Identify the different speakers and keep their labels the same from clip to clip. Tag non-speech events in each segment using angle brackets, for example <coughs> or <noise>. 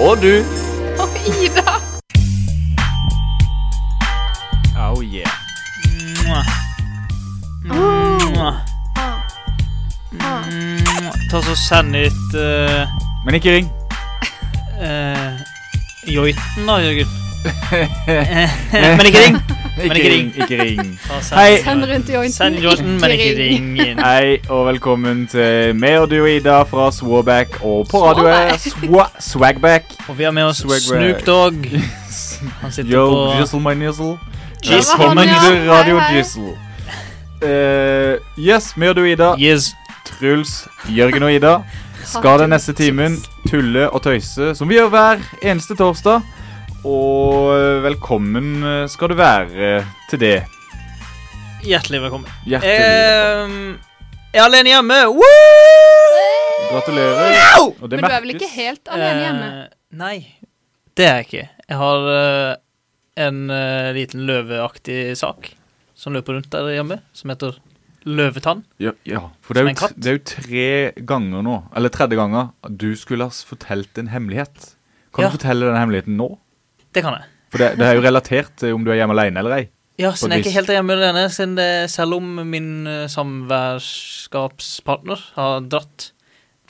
Speaker 1: Og du.
Speaker 2: Og Ida.
Speaker 3: Oh yeah.
Speaker 2: Mwah.
Speaker 4: Mm, Ta så Send ut eh,
Speaker 3: Men ikke ring.
Speaker 4: eh, joiten, da,
Speaker 3: <laughs>
Speaker 4: Jørgen. Men ikke ring.
Speaker 3: Ikke,
Speaker 4: ikke
Speaker 3: ring. Ikke ring.
Speaker 4: Ta send-
Speaker 3: Hei.
Speaker 2: Send rundt jointen,
Speaker 4: Send jointen, men ikke ring inn.
Speaker 3: Hei, og velkommen til meg og du, Ida, fra Swawback og på radioet Swa Swagback.
Speaker 4: Og vi har med oss
Speaker 3: Swag
Speaker 4: Snoop
Speaker 3: Rag.
Speaker 4: Dogg. Han sitter
Speaker 3: Yo,
Speaker 4: på
Speaker 3: Jizzle my nizzle.
Speaker 4: Jizz
Speaker 2: Det var han,
Speaker 3: Velkommen
Speaker 2: ja.
Speaker 3: til Radio
Speaker 2: Hei, hei.
Speaker 3: Jizzle. Eh, yes, meg og du, Ida,
Speaker 4: Yes.
Speaker 3: Truls, Jørgen og Ida skal den neste timen tulle og tøyse, som vi gjør hver eneste torsdag. Og eh, velkommen eh, skal du være til det.
Speaker 4: Hjertelig velkommen.
Speaker 3: Hjertelig.
Speaker 4: Ehm, jeg er alene hjemme. eh, Woo!
Speaker 3: Gratulerer. Og det
Speaker 2: Men du er vel
Speaker 3: merkes.
Speaker 2: ikke helt alene hjemme?
Speaker 4: Eh, nei, det er jeg ikke. Jeg har eh, en eh, liten løveaktig sak som løper rundt der hjemme, som heter løvetann.
Speaker 3: Ja, ja, for det er,
Speaker 4: Som
Speaker 3: jo,
Speaker 4: en
Speaker 3: t-
Speaker 4: katt?
Speaker 3: det er jo tre ganger nå, eller tredje ganger, at du skulle ha s- fortelt en hemmelighet. Kan
Speaker 4: Ja.
Speaker 3: du fortelle den hemmeligheten nå?
Speaker 4: Det kan jeg.
Speaker 3: For det, det er jo relatert til om du er hjemme alene eller ei.
Speaker 4: Ja, siden
Speaker 3: et
Speaker 4: jeg er ikke
Speaker 3: vis.
Speaker 4: helt hjemme alene, siden det, selv om min eh, samværskapspartner har dratt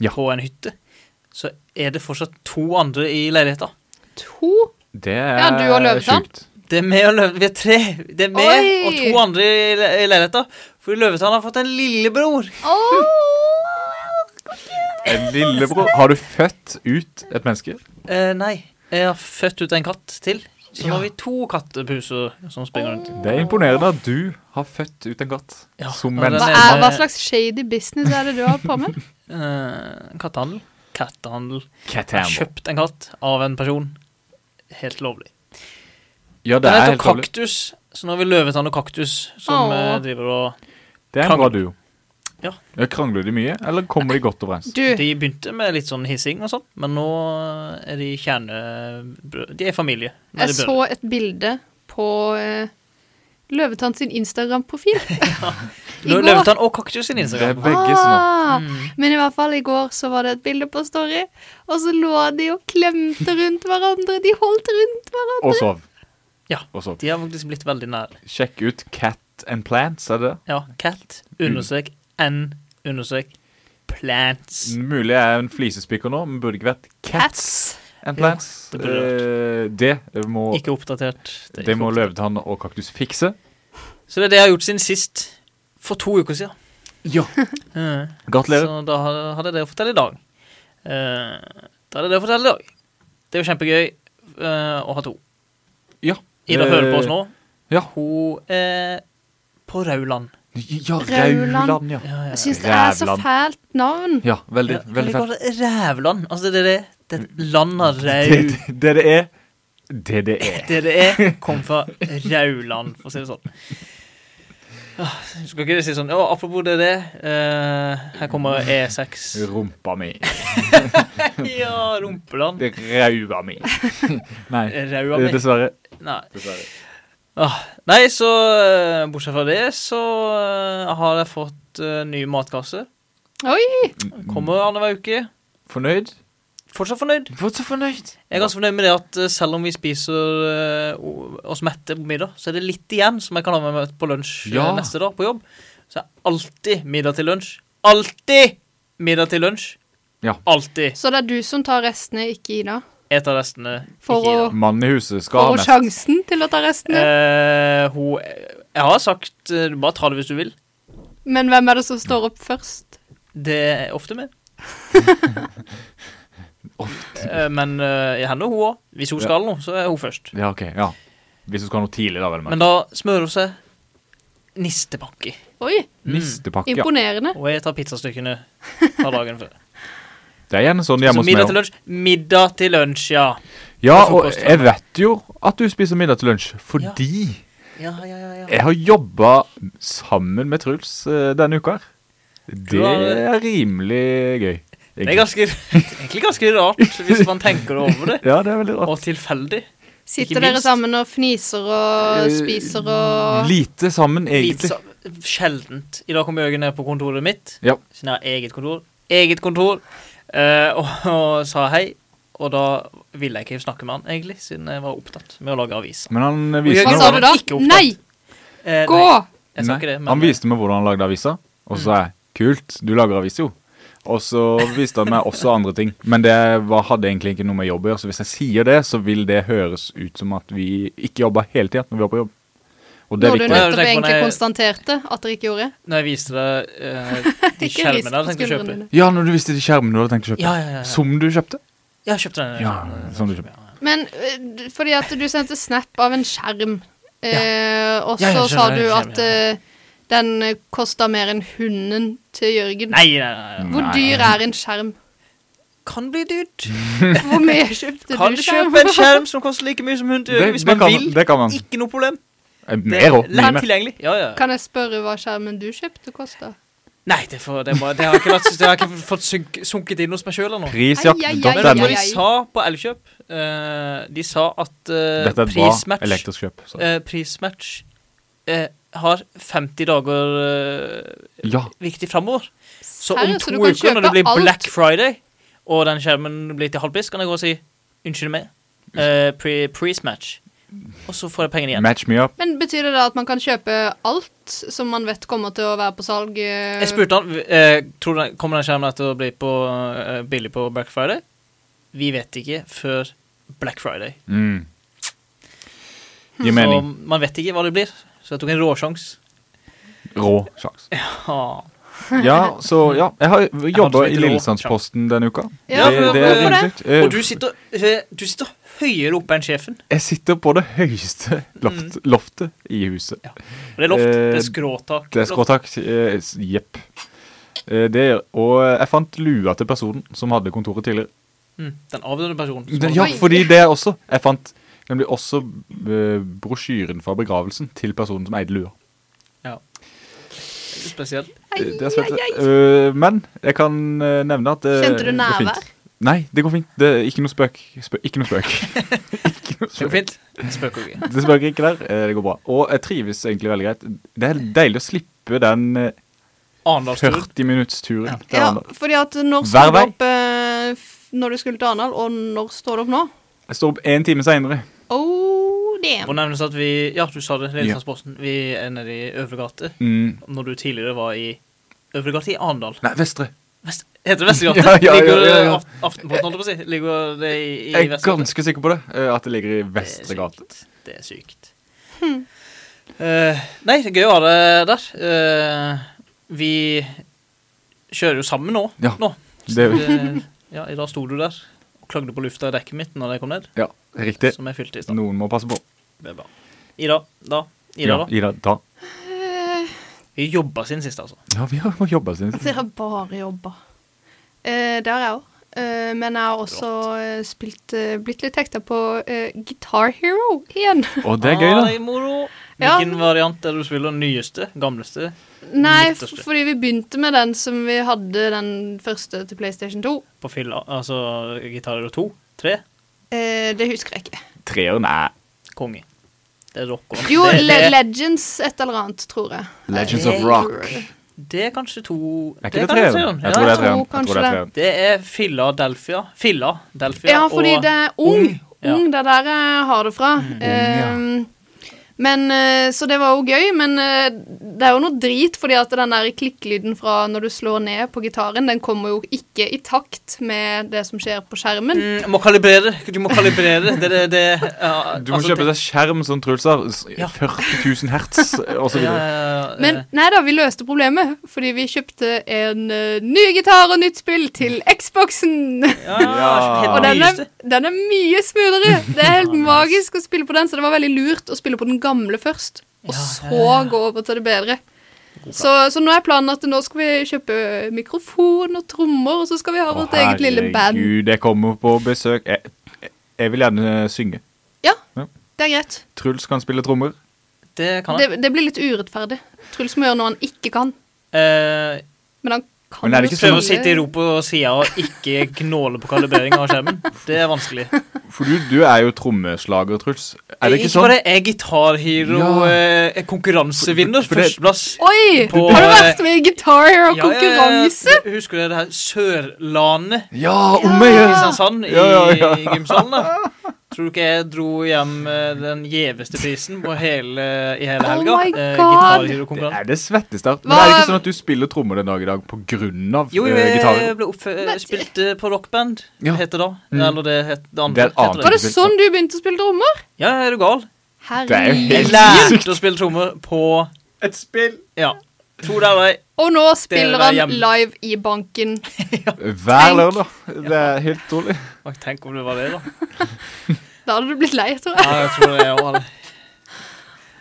Speaker 3: Ja.
Speaker 4: på en hytte, så er det fortsatt to andre i leiligheta.
Speaker 2: To?
Speaker 3: Det er
Speaker 2: Ja, du og Løvetann.
Speaker 3: sjukt.
Speaker 4: Det er meg og løve... Vi er tre. Det er meg
Speaker 2: Oi!
Speaker 4: og to andre i, le i leiligheta. For Løvetann har fått en lillebror.
Speaker 2: Åh,
Speaker 3: En lillebror. Har du født ut et menneske?
Speaker 4: Eh, nei, jeg har født ut en katt til. Så nå
Speaker 3: Ja.
Speaker 4: har vi to kattepuser som springer rundt.
Speaker 3: Det er imponerende at du har født ut en katt.
Speaker 4: Ja,
Speaker 3: Som
Speaker 4: og
Speaker 2: hva,
Speaker 4: den
Speaker 3: menneske.
Speaker 2: er, hva slags shady business er det du har på med?
Speaker 4: Eh, kattehandel. Kattehandel.
Speaker 3: Cat
Speaker 4: Jeg har
Speaker 3: handle.
Speaker 4: kjøpt en katt av en person. Helt lovlig.
Speaker 3: Ja, det
Speaker 4: Den
Speaker 3: er
Speaker 4: heter
Speaker 3: helt lovlig.
Speaker 4: Kaktus, så nå har vi Løvetann og Kaktus som
Speaker 2: Åh.
Speaker 4: eh, driver og
Speaker 3: Det er en bra duo.
Speaker 4: Ja.
Speaker 3: Ja, Krangler de mye, eller kommer <laughs> de godt overens?
Speaker 2: Du,
Speaker 4: De begynte med litt sånn hissing og sånn, men nå eh, er de kjernebrød... De er familie. Nå er
Speaker 2: jeg
Speaker 4: de brødre.
Speaker 2: så et bilde på eh, Løvetann
Speaker 3: <laughs>
Speaker 2: sin Instagram-profil.
Speaker 4: Nå
Speaker 2: i
Speaker 4: er
Speaker 2: går.
Speaker 4: Løvetann og Kaktus sin
Speaker 3: Det er
Speaker 4: Instagram.
Speaker 3: begge som
Speaker 2: Ah,
Speaker 4: Mm.
Speaker 2: Men i hvert fall i går så var det et bilde på Story, og så lå de og klemte rundt hverandre. De holdt rundt hverandre.
Speaker 3: Og sov.
Speaker 4: Ah, Ja.
Speaker 3: Og sov.
Speaker 4: De har faktisk blitt veldig nære.
Speaker 3: Sjekk ut Cat and Plants, er det det?
Speaker 4: Ja, cat, understrek, n, understrek, plants.
Speaker 3: Mulig jeg er en flisespiker nå, men burde ikke vært Cats and Plants.
Speaker 4: Ja, det
Speaker 3: det,
Speaker 4: burde
Speaker 3: det må,
Speaker 4: Ikke oppdatert. er
Speaker 3: det
Speaker 4: ikke
Speaker 3: må
Speaker 4: oppdatert.
Speaker 3: løvetann og kaktus fikse.
Speaker 4: Så det er det jeg har gjort siden sist. For to uker siden. <laughs>
Speaker 3: Ja.
Speaker 4: Eh,
Speaker 3: Gratulerer.
Speaker 4: Så da har- hadde jeg det å fortelle i dag. Eh, da hadde jeg det å fortelle i dag. Det er jo kjempegøy eh, å ha to.
Speaker 3: Ja.
Speaker 4: Ida
Speaker 3: Eh,
Speaker 4: hører på oss nå.
Speaker 3: ja.
Speaker 4: Hun er på Rauland.
Speaker 3: Eh, Ja,
Speaker 2: Rauland.
Speaker 3: Rauland, ja.
Speaker 2: Jeg syns det er så
Speaker 3: Rævland.
Speaker 2: fælt navn.
Speaker 3: Ja, veldig, veldig fett.
Speaker 4: Rævland. Altså, det er det Det er et land av
Speaker 3: Det
Speaker 4: rau.
Speaker 3: det det er, det det er.
Speaker 4: Det det er, kom fra Rauland, for å si det sånn. Ah, Skal ikke det si sånn Å, apropos det det eh, Her kommer E6.
Speaker 3: Rumpa mi.
Speaker 4: Ja, rumpeland.
Speaker 3: Det er Raua
Speaker 4: <laughs>
Speaker 3: mi. Nei,
Speaker 4: Eh, Raua mi.
Speaker 3: dessverre.
Speaker 4: Nei.
Speaker 3: dessverre.
Speaker 4: Nei, så eh, bortsett fra det, så eh, har jeg fått eh, ny matkasse.
Speaker 2: Oi!
Speaker 4: Kommer annenhver uke.
Speaker 3: Mm, Fornøyd?
Speaker 4: Fortsatt fornøyd.
Speaker 3: Fortsatt fornøyd.
Speaker 4: Jeg er ganske fornøyd med det at eh, selv om vi spiser eh, o- oss mette på middag, så er det litt igjen som jeg kan ha med meg på lunsj eh,
Speaker 3: Ja.
Speaker 4: neste dag på jobb. Så er alltid middag til lunsj. Alltid middag til lunsj.
Speaker 3: Ja.
Speaker 4: Alltid.
Speaker 2: Så det er du som tar restene, ikke Ida?
Speaker 4: Jeg tar restene.
Speaker 2: For
Speaker 4: ikke Ida.
Speaker 2: å
Speaker 3: Mannen i huset skal ha
Speaker 2: Får hun
Speaker 3: mest.
Speaker 2: sjansen til å ta restene?
Speaker 4: Eh, hun Jeg har sagt eh, bare ta det hvis du vil.
Speaker 2: Men hvem er det som står opp først?
Speaker 4: Det er ofte
Speaker 3: <laughs>
Speaker 4: meg. Eh, Men uh, henne hun òg. Hvis hun
Speaker 3: Ja.
Speaker 4: skal noe, så er hun først.
Speaker 3: Ja, ok, ja. Hvis du skal ha noe tidlig, da, vel.
Speaker 4: Men da smører hun seg nistepakke.
Speaker 2: Oi,
Speaker 4: Mm.
Speaker 3: Nistepakke, ja.
Speaker 2: imponerende.
Speaker 4: Og jeg tar pizzastykkene fra dagen før.
Speaker 3: Det er gjerne sånn <laughs> hjemme
Speaker 4: Så
Speaker 3: hos meg
Speaker 4: middag
Speaker 3: også.
Speaker 4: til lunsj. Middag til lunsj, ja.
Speaker 3: Ja,
Speaker 4: Og
Speaker 3: og
Speaker 4: frokost, ja.
Speaker 3: jeg vet jo at du spiser middag til lunsj, fordi
Speaker 4: Ja, ja, ja, ja.
Speaker 3: jeg har jobba sammen med Truls eh, denne uka. her. Det er
Speaker 4: har-
Speaker 3: rimelig gøy.
Speaker 4: Det er ganske, egentlig ganske rart, hvis man tenker over det.
Speaker 3: Ja, det er veldig rart.
Speaker 4: Og tilfeldig.
Speaker 2: Sitter dere
Speaker 4: minst.
Speaker 2: sammen og fniser
Speaker 3: Eh,
Speaker 2: og spiser og
Speaker 3: Lite sammen,
Speaker 4: Lite
Speaker 3: egentlig.
Speaker 4: så- Sjeldent. I dag kom Jørgen ned på kontoret mitt,
Speaker 3: Ja.
Speaker 4: siden jeg har eget kontor. Eget kontor. eh, og, og sa hei. Og da ville jeg ikke snakke med han, egentlig, siden jeg var opptatt med å lage aviser.
Speaker 3: Men han
Speaker 4: Og
Speaker 3: viste
Speaker 2: Hva
Speaker 4: Jørgen
Speaker 3: meg
Speaker 2: sa du
Speaker 3: hvordan-
Speaker 2: da?
Speaker 4: Ikke opptatt.
Speaker 2: Nei,
Speaker 4: Eh,
Speaker 2: gå!
Speaker 4: Nei, jeg sa
Speaker 3: Nei,
Speaker 4: ikke det, men eh,
Speaker 3: Han viste meg hvordan han lagde aviser, og så sa jeg kult, du lager aviser jo. Og så viste han meg også andre ting, men det var, hadde egentlig ikke noe med jobb å gjøre. Så hvis jeg sier det, så vil det høres ut som at vi ikke jobba hele tida når vi var på jobb. Og det er
Speaker 2: Når du
Speaker 3: viktig.
Speaker 4: nå- Jeg
Speaker 2: nettopp
Speaker 4: tenker på
Speaker 2: egentlig
Speaker 4: når jeg-
Speaker 2: konstaterte at dere ikke gjorde det.
Speaker 4: når jeg viste deg
Speaker 2: <laughs> Ikke
Speaker 4: eh, de
Speaker 2: rist
Speaker 4: skjermene jeg
Speaker 2: på
Speaker 4: hadde tenkt å kjøpe
Speaker 2: skuldrene.
Speaker 3: Ja, når du visste de skjermene du hadde tenkt å kjøpe.
Speaker 4: Ja, ja, ja, ja.
Speaker 3: Som du kjøpte.
Speaker 4: Ja, jeg kjøpte den.
Speaker 3: Ja, som du kjøpte.
Speaker 2: Men eh, d- fordi at du sendte snap av en skjerm, eh, og så
Speaker 4: Ja, jeg skjønner,
Speaker 2: sa du
Speaker 4: jeg skjønner,
Speaker 2: at eh, den eh, kosta mer enn hunden til Jørgen.
Speaker 4: Nei, nei, nei, nei.
Speaker 2: Hvor
Speaker 3: Nei.
Speaker 2: dyr er en skjerm?
Speaker 4: Kan bli dyrt.
Speaker 2: Hvor mye kjøpte
Speaker 4: Mm. Kan
Speaker 2: du skjerm?
Speaker 4: kjøpe en skjerm som koster like mye som hund til
Speaker 3: Det,
Speaker 4: Jørgen hvis
Speaker 3: det,
Speaker 4: man
Speaker 3: kan,
Speaker 4: vil.
Speaker 3: det kan man.
Speaker 4: Ikke noe problem.
Speaker 3: Eh, Mer òg. Mye
Speaker 4: Lett
Speaker 3: mer.
Speaker 4: tilgjengelig. Ja, ja.
Speaker 2: <laughs> Kan jeg spørre hva skjermen du kjøpte, kosta?
Speaker 4: Nei, det, får- det, må, det har jeg ikke, latt, det har jeg ikke fått sunk, sunket inn hos meg sjøl ennå. Men vet du
Speaker 2: Ai,
Speaker 3: Prisjakt.no.
Speaker 4: hva
Speaker 2: ai,
Speaker 4: de
Speaker 2: ai.
Speaker 4: sa på Elkjøp? Eh, de sa at eh,
Speaker 3: Dette er et bra
Speaker 4: prismatch,
Speaker 3: elektrisk kjøp. så.
Speaker 4: eh, prismatch eh, har 50 dager eh,
Speaker 3: Ja.
Speaker 4: viktig framover. Så om
Speaker 2: Seriøst,
Speaker 4: to
Speaker 2: så du kan
Speaker 4: uker, når
Speaker 2: kjøpe
Speaker 4: det blir
Speaker 2: alt?
Speaker 4: Black Friday, og den skjermen blir til halvpris, kan jeg gå og si unnskyld meg, eh, pre- prismatch. Og så får jeg pengene igjen.
Speaker 3: Match me up.
Speaker 2: Men betyr det da at man kan kjøpe alt som man vet kommer til å være på salg? eh,
Speaker 4: Jeg spurte han eh, tror den, kommer den skjermen her til å bli på, eh, billig på Black Friday. Vi vet ikke før Black Friday.
Speaker 3: Mm. Gir
Speaker 4: Så
Speaker 3: mening.
Speaker 4: man vet ikke hva det blir. Så jeg tok en råsjanse.
Speaker 3: Rå sjans.
Speaker 4: Ah.
Speaker 3: Ja, så ja. Jeg har jobba i
Speaker 4: litt rå
Speaker 3: Lillesandsposten denne uka.
Speaker 2: Ja, hvorfor
Speaker 3: helt
Speaker 2: det?
Speaker 3: sykt. Eh,
Speaker 4: Og du sitter, eh, du sitter høyere oppe enn sjefen.
Speaker 3: Jeg sitter på det høyeste
Speaker 4: Mm.
Speaker 3: loft, loftet i huset.
Speaker 4: Og det er loft.
Speaker 3: Eh,
Speaker 4: det er skråtak.
Speaker 3: Det er skråtak. eh, s- Jepp. Eh, det- Og jeg fant lua til personen som hadde kontoret tidligere.
Speaker 4: Mm, den avdøde personen. som
Speaker 3: Den,
Speaker 4: har-
Speaker 3: ja,
Speaker 2: Oi.
Speaker 3: fordi det også. Jeg fant nemlig også eh, brosjyren fra begravelsen til personen som eide lua.
Speaker 4: ja. Spesielt.
Speaker 2: Ai,
Speaker 3: Eh, Det er spennende.
Speaker 2: ai, ai.
Speaker 3: Eh, men jeg kan eh, nevne at det
Speaker 2: Kjente du
Speaker 3: det går fint.
Speaker 2: nærvær?
Speaker 3: Nei, det går fint. Det er ikke noe spøk. Spø ikke noe spøk.
Speaker 2: <laughs>
Speaker 3: ikke noe
Speaker 4: Det går
Speaker 3: spøk.
Speaker 4: fint. Jeg spøker ikke.
Speaker 3: Det spøker ikke der. Eh, Det går bra. Og jeg trives egentlig veldig greit. Det er deilig å slippe den eh,
Speaker 4: Arendalsturen.
Speaker 3: 40-minuttsturen. til
Speaker 2: Ja,
Speaker 3: Arendal.
Speaker 2: fordi at når
Speaker 3: Hver
Speaker 2: står det
Speaker 3: vei.
Speaker 2: opp eh, f- når du skulle til Arendal, og når står det opp nå?
Speaker 3: Jeg står opp én time seinere.
Speaker 2: Oh,
Speaker 4: Må
Speaker 2: damn.
Speaker 4: nevnes at vi Ja, du sa det. Lillesandsposten. Vi er nede i Øvre gate.
Speaker 3: Mm.
Speaker 4: Når du tidligere var i Øvre gate i Arendal.
Speaker 3: Nei, Vestre.
Speaker 4: Vest, heter det Vestergate?
Speaker 3: <laughs> Ja, ja, ja,
Speaker 4: Ligger
Speaker 3: ja, ja.
Speaker 4: Af- Aftenposten, holdt jeg på å si. Ligger det i, i
Speaker 3: Jeg er
Speaker 4: Vestergate?
Speaker 3: ganske sikker på det. eh, At det ligger i Vestre gate.
Speaker 4: Det er sykt. Det er sykt. Eh, nei, det er gøy å ha det der. Eh, vi kjører jo sammen nå.
Speaker 3: Ja,
Speaker 4: nå. Så
Speaker 3: det gjør
Speaker 4: det- ja, I dag sto du der og klagde på lufta i dekket mitt når jeg kom ned.
Speaker 3: Ja, riktig.
Speaker 4: Som jeg fylte i stad.
Speaker 3: Noen må passe på.
Speaker 4: Det er bra. Ida, da. Ida,
Speaker 3: Ja,
Speaker 4: da.
Speaker 3: Ida, ta.
Speaker 4: Vi jobba siden sist, altså.
Speaker 3: Ja, vi har jobba siden
Speaker 2: Dere har bare jobba. Eh, det har jeg òg. Eh, men jeg har også eh, spilt, eh, blitt litt hekta på eh, Guitar Hero igjen. <laughs>
Speaker 3: Og det er gøy,
Speaker 4: Ah,
Speaker 3: da.
Speaker 4: det er moro.
Speaker 2: Ja.
Speaker 4: Hvilken variant er det du spiller? Nyeste? Gamleste?
Speaker 2: Nei, f
Speaker 4: Midterste.
Speaker 2: fordi vi begynte med den som vi hadde den første til PlayStation 2.
Speaker 4: På fylla? Altså gitarer og to? Tre?
Speaker 2: Eh, det husker jeg ikke.
Speaker 3: Treeren er
Speaker 4: Konge. Det er rocker.
Speaker 2: Jo,
Speaker 4: <laughs> det,
Speaker 2: Le
Speaker 4: det,
Speaker 2: Legends et eller annet, tror jeg.
Speaker 3: Legends
Speaker 4: of
Speaker 3: Rock.
Speaker 4: det er kanskje to
Speaker 3: Er ikke det
Speaker 4: kanskje
Speaker 3: treeren?
Speaker 4: treeren.
Speaker 3: Jeg tror det
Speaker 4: Ja,
Speaker 3: er treeren.
Speaker 2: tror
Speaker 3: Jeg tror
Speaker 2: kanskje
Speaker 3: det er
Speaker 2: det.
Speaker 3: treeren.
Speaker 4: Det er Philadelphia. Philadelphia
Speaker 2: Ja, fordi det er ung.
Speaker 4: Ung, ja.
Speaker 2: Ung, det er der jeg har det fra.
Speaker 3: ja.
Speaker 2: Ehm, men, eh, så det var jo gøy, men eh, det er jo noe drit, fordi at den der klikkelyden fra når du slår ned på gitaren, den kommer jo ikke i takt med det som skjer på skjermen.
Speaker 4: Mm, må kalibrere. Du må kalibrere. Det, det, det, ja,
Speaker 3: Du må
Speaker 4: altså,
Speaker 3: kjøpe
Speaker 4: det-
Speaker 3: deg skjerm som Truls har. s-
Speaker 4: Ja.
Speaker 3: 40 000
Speaker 4: <laughs>
Speaker 3: hertz og så
Speaker 4: Ja,
Speaker 3: videre.
Speaker 4: ja, ja,
Speaker 2: Men
Speaker 4: eh,
Speaker 2: nei da, vi løste problemet, fordi vi kjøpte en eh, ny gitar og nytt spill til Xboxen.
Speaker 4: ja, ja,
Speaker 3: Ja.
Speaker 2: Og
Speaker 4: helt
Speaker 2: den er,
Speaker 4: nyeste.
Speaker 2: den er mye
Speaker 4: <laughs>
Speaker 2: smoothere. Det er helt magisk å spille på den, så det var veldig lurt å spille på den gamle først, og
Speaker 4: Ja,
Speaker 2: så
Speaker 4: ja, ja.
Speaker 2: gå over til det bedre. Så, så nå er planen at nå skal vi kjøpe mikrofon og trommer, og så skal vi ha
Speaker 3: Å,
Speaker 2: vårt eget lille band.
Speaker 3: Herregud, jeg kommer på besøk. Jeg, jeg- jeg vil gjerne synge.
Speaker 2: Ja,
Speaker 3: Ja.
Speaker 2: det er greit.
Speaker 3: Truls kan spille trommer.
Speaker 4: Det kan jeg.
Speaker 2: Det, det blir litt urettferdig. Truls må gjøre noe han ikke kan,
Speaker 4: Eh,
Speaker 2: men han kan
Speaker 3: Men er det
Speaker 2: jo
Speaker 3: ikke sånn-
Speaker 2: spille-
Speaker 4: Prøve sånn å sitte i ro på sida og ikke gnåle på kalibrering av skjermen. Det er vanskelig.
Speaker 3: For du, du er jo trommeslager, Truls. Er det ikke
Speaker 4: bare
Speaker 3: sånn?
Speaker 4: det, jeg er gitarhero,
Speaker 3: Ja.
Speaker 4: eh, er konkurransevinner,
Speaker 3: For- for det-
Speaker 4: førsteplass.
Speaker 2: Oi!
Speaker 4: På,
Speaker 2: har du
Speaker 4: eh,
Speaker 2: vært med i Guitar Hero
Speaker 4: Ja, ja, ja, ja.
Speaker 2: konkurranse?
Speaker 4: Husker dere det her Sørlandet
Speaker 3: Ja, om jeg
Speaker 4: i
Speaker 3: gjør
Speaker 4: Kristiansand, i,
Speaker 3: Ja, ja, ja.
Speaker 4: i gymsalen? da? Tror du ikke jeg dro hjem eh, den gjeveste prisen på hele, i hele
Speaker 2: Oh
Speaker 4: helga?
Speaker 2: my
Speaker 4: eh,
Speaker 3: Det
Speaker 2: God.
Speaker 4: gitarhero-konkurranse.
Speaker 3: er det svetteste. Men
Speaker 2: Hva-
Speaker 3: er det ikke sånn at du spiller trommer den dag i dag på grunn av
Speaker 4: Jo,
Speaker 3: eh,
Speaker 4: jo,
Speaker 3: gitarer?
Speaker 4: jeg ble oppfø spilt eh, på rockband,
Speaker 3: Ja.
Speaker 4: heter det da.
Speaker 3: Mm.
Speaker 4: Eller det, het, det
Speaker 3: Det
Speaker 4: andre.
Speaker 3: er et annet.
Speaker 4: heter
Speaker 2: Var
Speaker 4: det.
Speaker 2: det sånn du begynte å spille trommer?
Speaker 4: Ja, er du gal?
Speaker 3: Det er jo
Speaker 2: Herregud.
Speaker 4: Jeg
Speaker 3: helt
Speaker 4: lærte å spille trommer på
Speaker 3: Et spill!
Speaker 4: Ja. To dager.
Speaker 2: Og nå spiller
Speaker 4: der
Speaker 2: han
Speaker 4: hjemme.
Speaker 2: live i banken.
Speaker 3: Hver lørdag. Det er helt utrolig.
Speaker 4: Å, Tenk om det var det, da.
Speaker 2: Da hadde du blitt lei, tror jeg.
Speaker 4: <laughs> Ja, jeg tror det var det.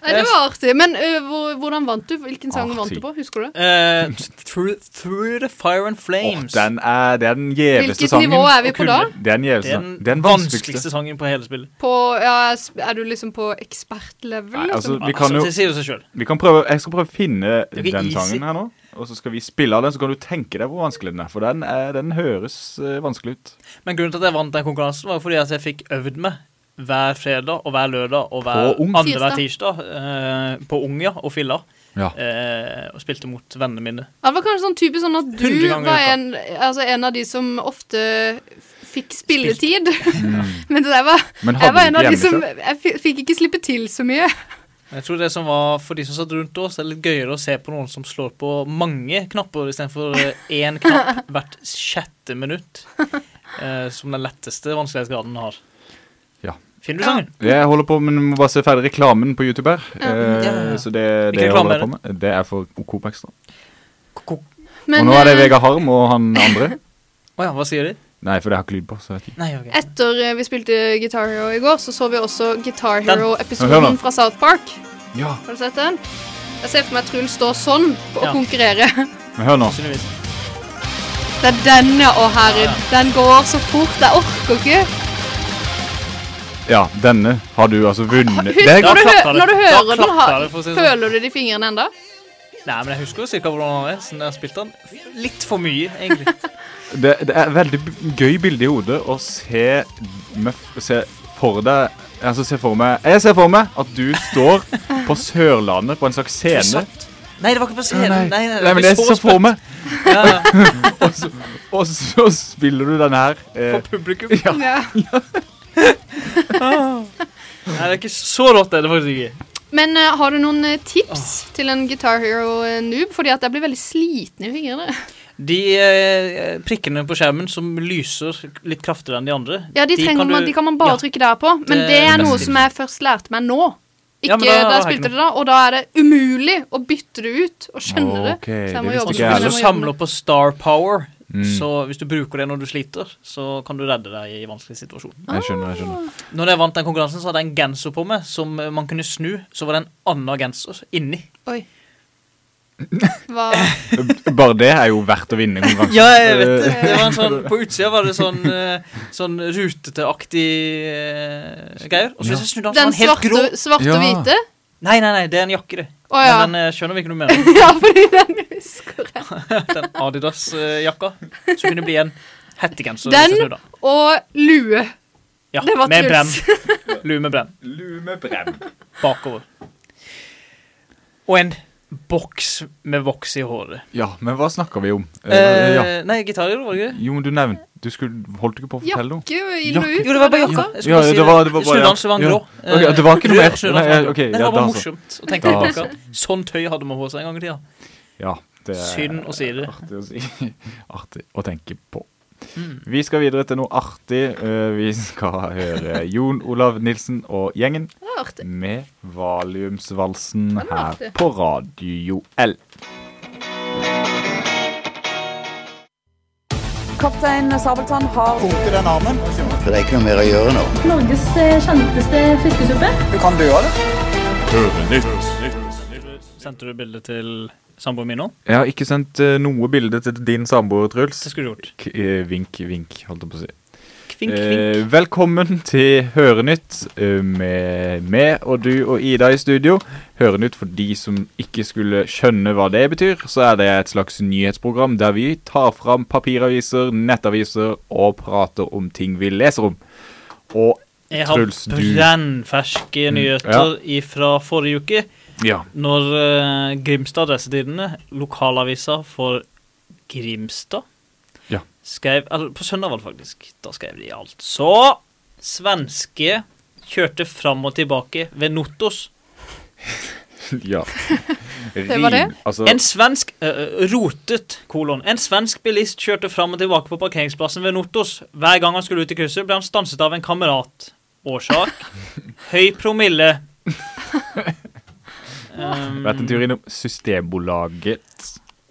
Speaker 2: Nei, det var artig. Men ø, hvor- hvordan vant du? Hvilken sang
Speaker 3: Artig.
Speaker 2: vant du på? Husker du det?
Speaker 4: Eh, through, through the fire and
Speaker 3: Åh,
Speaker 4: flames.
Speaker 3: den er, det er den gjeveste
Speaker 2: Hvilket
Speaker 3: sangen.
Speaker 2: nivå er vi
Speaker 4: og
Speaker 2: på da?
Speaker 4: kunne.
Speaker 3: Det er den gjeveste.
Speaker 4: den,
Speaker 3: sangen. Det er den vanskeligste.
Speaker 4: vanskeligste sangen på hele spillet.
Speaker 2: På, ja, s- er du liksom på ekspertlevel?
Speaker 3: Nei, altså,
Speaker 2: liksom?
Speaker 3: Vi kan jo-
Speaker 4: det sier jo seg sjøl.
Speaker 3: Vi kan prøve, jeg skal prøve å finne
Speaker 4: Det er ikke
Speaker 3: den
Speaker 4: easy.
Speaker 3: sangen her nå. Og så skal vi spille av den, så kan du tenke deg hvor vanskelig den er. For den, er, den høres eh, vanskelig ut.
Speaker 4: Men grunnen til at jeg vant den konkurransen, var jo fordi at jeg fikk øvd meg hver fredag og hver lørdag og hver
Speaker 3: På Ung?
Speaker 4: andre hver tirsdag eh, på Ung, ja, og Filla.
Speaker 3: Ja.
Speaker 4: Eh, og spilte mot vennene mine.
Speaker 2: Ja, det var kanskje sånn typisk sånn at du
Speaker 4: 100 ganger i
Speaker 2: var
Speaker 4: uka.
Speaker 2: en, altså, en av de som ofte fikk spilletid. <laughs> Men det der var,
Speaker 3: Men Mm.
Speaker 2: jeg
Speaker 3: hadde
Speaker 2: var en
Speaker 3: du
Speaker 2: av
Speaker 3: ikke
Speaker 2: de som
Speaker 3: hjemmekjørt?
Speaker 2: Jeg fi- fikk ikke slippe til så mye. <laughs>
Speaker 4: Jeg tror det som var For de som satt rundt oss, det er litt gøyere å se på noen som slår på mange knapper istedenfor eh, én knapp hvert sjette minutt. Eh, som den letteste vanskelighetsgraden har.
Speaker 3: Ja.
Speaker 4: Finner du
Speaker 2: Ja.
Speaker 4: sangen?
Speaker 3: Jeg holder på, men må bare se ferdig reklamen på YouTube her. Eh,
Speaker 4: Ja, ja, ja.
Speaker 3: Så det, det jeg
Speaker 4: reklame
Speaker 3: holder
Speaker 4: er
Speaker 3: på med, det er for Coop Extra.
Speaker 4: Ko-ko.
Speaker 2: Men
Speaker 3: og
Speaker 2: eh,
Speaker 3: nå er det
Speaker 2: ø,
Speaker 3: Vegard Harm og han andre.
Speaker 2: <laughs>
Speaker 4: Å ja, hva sier de?
Speaker 3: Nei, for det har ikke lyd på. så jeg vet ikke.
Speaker 4: Nei, ok.
Speaker 2: etter ø, vi spilte Guitar Hero i går, så så vi også Guitar
Speaker 4: Den.
Speaker 3: Hør nå.
Speaker 2: Hero-episoden fra South Park.
Speaker 3: Ja,
Speaker 2: Har du sett den? Jeg ser for meg Truls står sånn og
Speaker 4: Ja.
Speaker 2: konkurrerer.
Speaker 3: men hør nå.
Speaker 4: Sannsynligvis.
Speaker 2: Det er denne, å herre. Den går så fort. Jeg orker ikke.
Speaker 3: Ja, denne har du altså vunnet. Det er
Speaker 2: Husker
Speaker 3: godt.
Speaker 2: du,
Speaker 4: klapper
Speaker 2: hø-
Speaker 4: det.
Speaker 2: når du
Speaker 4: Da
Speaker 2: hører den,
Speaker 4: klapper
Speaker 2: har-
Speaker 4: det, for å si det sånn.
Speaker 2: føler du det i fingrene enda?
Speaker 4: Nei, men jeg husker jo cirka hvordan han er, siden jeg har spilt han litt for mye,
Speaker 3: <laughs>
Speaker 4: egentlig.
Speaker 3: Det, det er veldig b- gøy bilde i hodet å se, med, se for deg Altså se for meg Jeg ser for meg at du står på Sørlandet på en slags scene.
Speaker 4: Satt. Nei, det var ikke på scenen.
Speaker 3: Nei,
Speaker 4: Nei, nei,
Speaker 3: Nei, men jeg ser for meg
Speaker 4: Ja, ja,
Speaker 3: og så, og så spiller du den her.
Speaker 4: for
Speaker 3: Eh,
Speaker 4: publikum.
Speaker 3: <laughs> ja.
Speaker 2: Ja.
Speaker 4: Nei, det er ikke så rått, det er det faktisk ikke.
Speaker 2: Men eh, har du noen eh, tips til en Guitar Hero-noob? Fordi at jeg blir veldig sliten i fingrene. <laughs>
Speaker 4: De eh, prikkene på skjermen som lyser litt kraftigere enn de andre
Speaker 2: Ja, De, trenger
Speaker 4: kan du-
Speaker 2: man, de kan man bare
Speaker 4: ja,
Speaker 2: trykke der på. Men
Speaker 4: det
Speaker 2: det
Speaker 4: er
Speaker 2: er
Speaker 4: det
Speaker 2: noe
Speaker 4: beste.
Speaker 2: som jeg først lærte meg nå. Ikke
Speaker 4: Ja, men
Speaker 2: da,
Speaker 4: da
Speaker 2: jeg
Speaker 4: har jeg
Speaker 2: spilte
Speaker 4: ikke
Speaker 2: det da, og da er det umulig å bytte det ut og skjønne
Speaker 3: Ok, det
Speaker 2: det. Så jeg må
Speaker 3: visste
Speaker 2: jobbe
Speaker 4: Og
Speaker 3: ikke jeg
Speaker 2: så
Speaker 4: så hvis
Speaker 2: jeg
Speaker 4: du
Speaker 2: må jobbe
Speaker 4: samler
Speaker 2: med.
Speaker 4: på star power,
Speaker 3: Mm.
Speaker 4: så hvis du bruker det når du sliter, så kan du redde deg i vanskelige situasjoner.
Speaker 3: Jeg skjønner, jeg skjønner.
Speaker 4: Når jeg vant den konkurransen, så hadde jeg en genser på meg som eh, man kunne snu, så var det en annen genser inni. <laughs>
Speaker 2: Oi. Hva?
Speaker 3: Bare det er jo verdt å vinne konkurransen.
Speaker 4: <laughs> Ja, jeg vet det.
Speaker 2: Eh.
Speaker 4: det var en sånn, på utsida var det sånn, eh, sånn ruteteaktig eh, greier. Og så hvis jeg snudde den,
Speaker 2: Den
Speaker 4: så var den helt grå.
Speaker 2: svarte, svarte
Speaker 3: Ja.
Speaker 2: og hvite?
Speaker 4: Nei, nei, nei, det er en jakke, det.
Speaker 2: Å ja.
Speaker 4: Men den eh, skjønner vi ikke noe mer.
Speaker 2: <laughs> ja, fordi den husker jeg.
Speaker 4: Den Adidas-jakka. Som kunne bli en hettegenser.
Speaker 2: Den-
Speaker 4: hvis jeg snudde
Speaker 2: Og lue.
Speaker 4: ja,
Speaker 2: det var
Speaker 4: med brenn.
Speaker 2: Truls.
Speaker 4: <laughs> Lue med brenn.
Speaker 3: Lumebrem.
Speaker 4: Bakover. Og en boks med voks i håret.
Speaker 3: Ja, men hva snakker vi om? Eh,
Speaker 4: Eh,
Speaker 3: ja.
Speaker 4: Nei, gitarer, var det ikke det?
Speaker 3: Jo, men du nevnte Du skulle, holdt ikke på å fortelle noe?
Speaker 2: Jakke i
Speaker 3: Jakke.
Speaker 2: lue.
Speaker 4: Jo, det var bare jakka. Jeg skulle
Speaker 3: Ja,
Speaker 4: bare si
Speaker 3: det var- det var bare-
Speaker 4: Snudde den, så var
Speaker 3: ja.
Speaker 4: den grå.
Speaker 3: Ok, det var ikke noe
Speaker 4: Rød,
Speaker 3: mer.
Speaker 4: snudde den, så var den
Speaker 3: Nei,
Speaker 4: grå.
Speaker 3: ok,
Speaker 4: Nei,
Speaker 3: ja,
Speaker 4: det
Speaker 3: da
Speaker 4: var bare
Speaker 3: altså.
Speaker 4: morsomt å tenke
Speaker 3: Da
Speaker 4: tilbake. Sånn tøy hadde man på seg en gang i tida.
Speaker 3: Ja, det er
Speaker 4: Synd å si det.
Speaker 3: Artig å, si. <laughs> artig å tenke på. Vi skal videre til noe artig. Eh, Vi skal høre Jon Olav Nilsen og gjengen
Speaker 2: Det var artig.
Speaker 3: med Valiumsvalsen
Speaker 2: Den var
Speaker 3: her
Speaker 2: artig.
Speaker 3: på Radio L.
Speaker 1: Kaptein Sabeltann har
Speaker 5: For det er ikke noe mer å gjøre nå.
Speaker 6: Norges eh, kjenteste fiskesuppe.
Speaker 4: Sendte du bildet til samboeren min nå?
Speaker 3: Jeg har ikke sendt eh, noe bilde til din samboer, Truls.
Speaker 4: Det skulle du gjort.
Speaker 3: K eh, vink, vink, holdt jeg på å si.
Speaker 4: Kvink, kvink.
Speaker 3: Eh, velkommen til Hørenytt eh, med meg og du og Ida i studio. Hørenytt for de som ikke skulle skjønne hva det betyr, så er det et slags nyhetsprogram der vi tar fram papiraviser, nettaviser og prater om ting vi leser om. Og
Speaker 4: Jeg har
Speaker 3: Truls, du- Mm.
Speaker 4: brennferske nyheter fra forrige uke.
Speaker 3: ja, <laughs>
Speaker 4: Når eh, Grimstad Adressetidene, lokalavisa for Grimstad,
Speaker 3: Ja.
Speaker 4: skrev Eller på søndag, var det faktisk. Da skrev de alt. Så Svenske kjørte fram og tilbake ved Notos.
Speaker 3: ja.
Speaker 2: Det var det.
Speaker 3: Rim, Altså,
Speaker 4: En svensk eh, Rotet, kolon. En svensk bilist kjørte fram og tilbake på parkeringsplassen ved Notos. Hver gang han skulle ut i krysset, ble han stanset av en kamerat. Årsak? Høy promille. Um,
Speaker 3: vært en tur innom Systembolaget.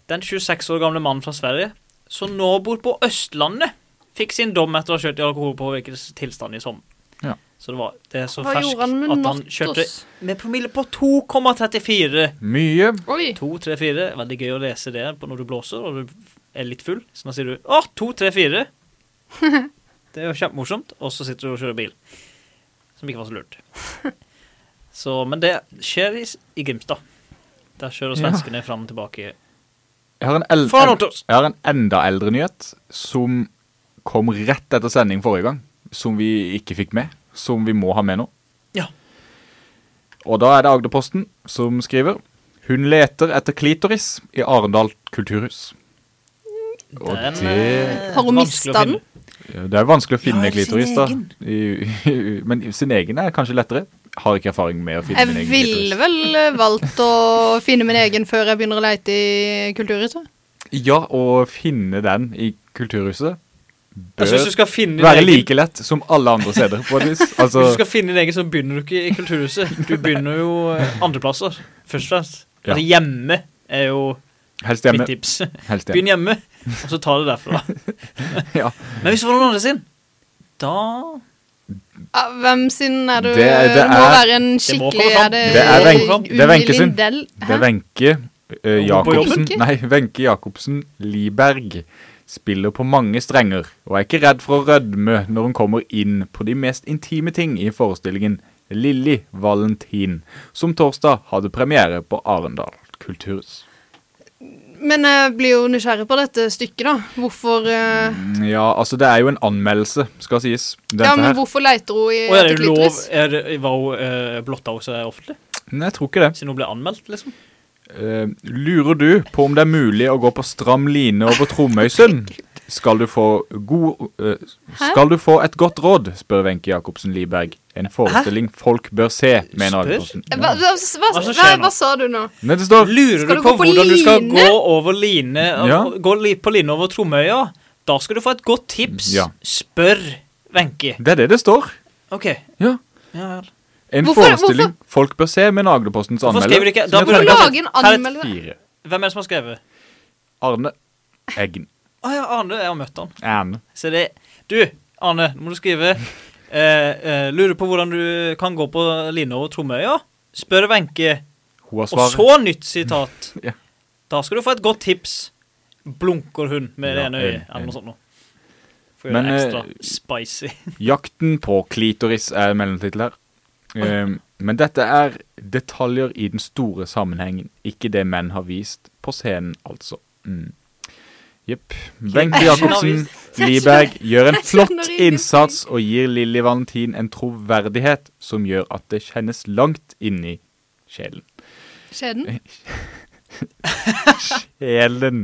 Speaker 4: den 26 år gamle mannen fra Sverige, som nå bor på Østlandet, fikk sin dom etter å ha kjørt i alkoholpåvirket tilstand i sommer.
Speaker 3: Ja.
Speaker 4: Så det, var, det er så
Speaker 2: Hva
Speaker 4: ferskt
Speaker 2: gjorde han med
Speaker 4: at han kjørte
Speaker 2: Nottos?
Speaker 4: med promille på 2,34.
Speaker 3: Mye.
Speaker 2: Oi.
Speaker 4: 2,34. Veldig gøy å lese det på når du blåser og du er litt full. Så da sier du Å, 2,34!
Speaker 2: <laughs>
Speaker 4: Det er jo kjempemorsomt. Og så sitter du og kjører bil. Som ikke var så lurt.
Speaker 2: <laughs>
Speaker 4: Så, men det skjer i, i Grimstad. Der kjører
Speaker 3: Ja.
Speaker 4: svenskene fram og tilbake.
Speaker 3: Jeg har, en el-
Speaker 4: Fra
Speaker 3: en-
Speaker 4: Notos.
Speaker 3: jeg har en enda eldre nyhet som kom rett etter sending forrige gang, som vi ikke fikk med, som vi må ha med nå.
Speaker 4: Ja.
Speaker 3: Og da er det Agderposten som skriver Hun leter etter klitoris i Arendal kulturhus. Og
Speaker 4: Den,
Speaker 3: det,
Speaker 4: eh,
Speaker 2: Har hun
Speaker 4: vanskelig å
Speaker 2: mista
Speaker 4: finne.
Speaker 2: den?
Speaker 3: det er jo vanskelig å finne
Speaker 4: Ja, eller sin
Speaker 3: klitoris, da. I-
Speaker 4: egen.
Speaker 3: Men sin egen er kanskje lettere. Har ikke erfaring med å finne min
Speaker 2: Jeg
Speaker 3: egen
Speaker 2: ville
Speaker 3: klitoris.
Speaker 2: vel eh, valgt å finne min egen før jeg begynner å leite i kulturhuset.
Speaker 3: Ja, å finne den i kulturhuset
Speaker 4: Jeg synes Altså, du skal finne
Speaker 3: Være
Speaker 4: din egen-
Speaker 3: like lett som alle andre steder, på
Speaker 4: <laughs>
Speaker 3: et vis. Altså,
Speaker 4: Hvis du skal finne din egen, så begynner du ikke i Kulturhuset. Du begynner jo eh, andreplasser, først og fremst.
Speaker 3: Ja.
Speaker 4: Altså hjemme er jo
Speaker 3: helst hjemme.
Speaker 4: mitt tips.
Speaker 3: Helst hjemme.
Speaker 4: Begynn hjemme, og så ta det derfra.
Speaker 3: Ja.
Speaker 4: Men hvis det var noen andre sin, da
Speaker 2: Ja, hvem sin er du?
Speaker 3: Det-
Speaker 2: Det,
Speaker 3: det
Speaker 2: må
Speaker 3: er-
Speaker 2: være en
Speaker 4: Det må
Speaker 2: skikkelig
Speaker 4: komme fram.
Speaker 2: Er det,
Speaker 3: Det er Ven- det er
Speaker 2: Unni
Speaker 3: Wenche sin.
Speaker 2: Lindell?
Speaker 3: Det er
Speaker 2: Hæ?
Speaker 3: Wenche eh,
Speaker 4: Hun på
Speaker 3: Jacobsen
Speaker 2: jobb.
Speaker 3: Nei, Wenche Jacobsen Liberg spiller på mange strenger, og er ikke redd for å rødme når hun kommer inn på de mest intime ting i forestillingen Lilly Valentin, som torsdag hadde premiere på Arendal kulturhus.
Speaker 2: Men jeg blir jo nysgjerrig på dette stykket, da. Hvorfor eh,
Speaker 3: Mm, Ja, altså, det er jo en anmeldelse, skal sies. Dette
Speaker 2: Ja, men
Speaker 3: her.
Speaker 2: hvorfor leiter hun i
Speaker 4: Og er det
Speaker 2: etter
Speaker 4: lov
Speaker 2: klitoris?
Speaker 4: er det, Var hun eh, blotta hos seg offentlig?
Speaker 3: Nei, jeg tror ikke det.
Speaker 4: Siden hun ble anmeldt, liksom?
Speaker 3: Eh, lurer du på om det er mulig å gå på stram line over Tromøysund? Skal du få god eh, Skal du få et godt råd, spør Wenche Jacobsen Liberg. En forestilling folk bør se, mener
Speaker 4: Spør?
Speaker 3: Agderposten.
Speaker 2: Hva, hva, hva, hva,
Speaker 4: Hva
Speaker 2: hva,
Speaker 4: som skjer nå?
Speaker 2: sa du nå?
Speaker 3: Nei, det står
Speaker 4: Lurer
Speaker 2: Skal
Speaker 4: du
Speaker 2: du
Speaker 4: på
Speaker 2: gå på
Speaker 4: hvordan du skal
Speaker 2: line?
Speaker 4: gå over line
Speaker 3: Ja.
Speaker 4: Gå li- på line over Tromøya? Da skal du få et godt tips.
Speaker 3: Ja.
Speaker 4: Spør Wenche.
Speaker 3: Det er det det står.
Speaker 4: OK.
Speaker 3: Ja.
Speaker 4: Ja, ja.
Speaker 3: En
Speaker 2: Hvorfor-
Speaker 3: forestilling folk bør se, mener Agderpostens
Speaker 4: Hvorfor skriver de
Speaker 3: anmelder. som
Speaker 4: ikke? Da
Speaker 3: jeg
Speaker 4: burde
Speaker 2: Hvorfor
Speaker 4: de-
Speaker 3: tror
Speaker 2: lage en
Speaker 4: Her er et
Speaker 3: er
Speaker 2: anmeldelse?
Speaker 3: Fire.
Speaker 4: Hvem er det som har skrevet?
Speaker 3: Arne Eggen.
Speaker 4: Å ja, Arne. Jeg har møtt han.
Speaker 3: Erne.
Speaker 4: Så det Du, Arne, nå må du <laughs> skrive. Eh, eh, lurer på hvordan du kan gå på line over Tromøya? Spør Wenche.
Speaker 3: Hun har
Speaker 4: Og
Speaker 3: svaret.
Speaker 4: så nytt
Speaker 3: <laughs>
Speaker 4: sitat.
Speaker 3: Ja.
Speaker 4: Da skal du få et godt tips. Blunker hun med det
Speaker 3: Ja,
Speaker 4: ene
Speaker 3: en-
Speaker 4: øyet, eller
Speaker 3: en.
Speaker 4: noe sånt noe. For å gjøre
Speaker 3: Men,
Speaker 4: det ekstra
Speaker 3: eh,
Speaker 4: spicy.
Speaker 3: 'Jakten på klitoris' er mellomtittel her. Ehm, men dette er detaljer i den store sammenhengen, ikke det menn har vist på scenen, altså. Mm. Jepp. Wenche Jacobsen Liberg gjør en flott
Speaker 2: skjønner
Speaker 3: innsats og gir Lilly Valentin en troverdighet som gjør at det kjennes langt inni sjelen.
Speaker 2: Skjeden?
Speaker 3: Sjelen!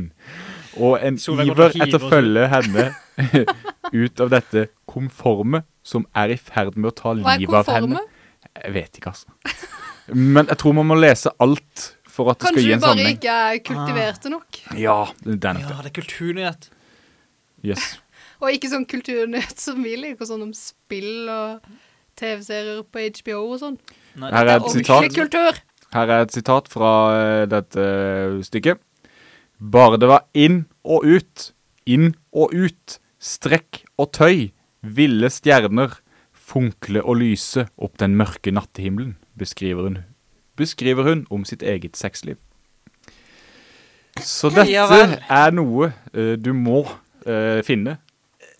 Speaker 3: Og en
Speaker 4: Solveig
Speaker 3: iver
Speaker 4: kommer
Speaker 3: etter
Speaker 4: til å
Speaker 3: å
Speaker 4: hive oss
Speaker 3: følge henne <laughs> ut av dette konforme som er i ferd med å ta
Speaker 2: Hva er
Speaker 3: livet av henne.
Speaker 2: konforme?
Speaker 3: Jeg vet ikke, altså. Men jeg tror man må lese alt for at det skal
Speaker 2: Kanskje
Speaker 3: gi
Speaker 2: du
Speaker 3: en
Speaker 2: bare
Speaker 3: sammenheng.
Speaker 2: ikke er kultiverte nok?
Speaker 3: Ja, det er nok
Speaker 4: Ja,
Speaker 3: det.
Speaker 4: det er kulturnyhet.
Speaker 3: Yes.
Speaker 2: Og ikke sånn kulturnytt som vi liker, sånn om spill og TV-serier på HBO og sånn.
Speaker 4: Nei,
Speaker 3: Her er et
Speaker 2: Ordentlig
Speaker 3: sitat.
Speaker 2: kultur.
Speaker 3: Her er et sitat fra eh, dette eh, stykket. Bare det var inn og ut, inn og ut, strekk og tøy, ville stjerner, funkle og lyse opp den mørke nattehimmelen, beskriver hun, beskriver hun om sitt eget sexliv. Så dette
Speaker 4: Ja vel.
Speaker 3: er noe eh, du må eh, finne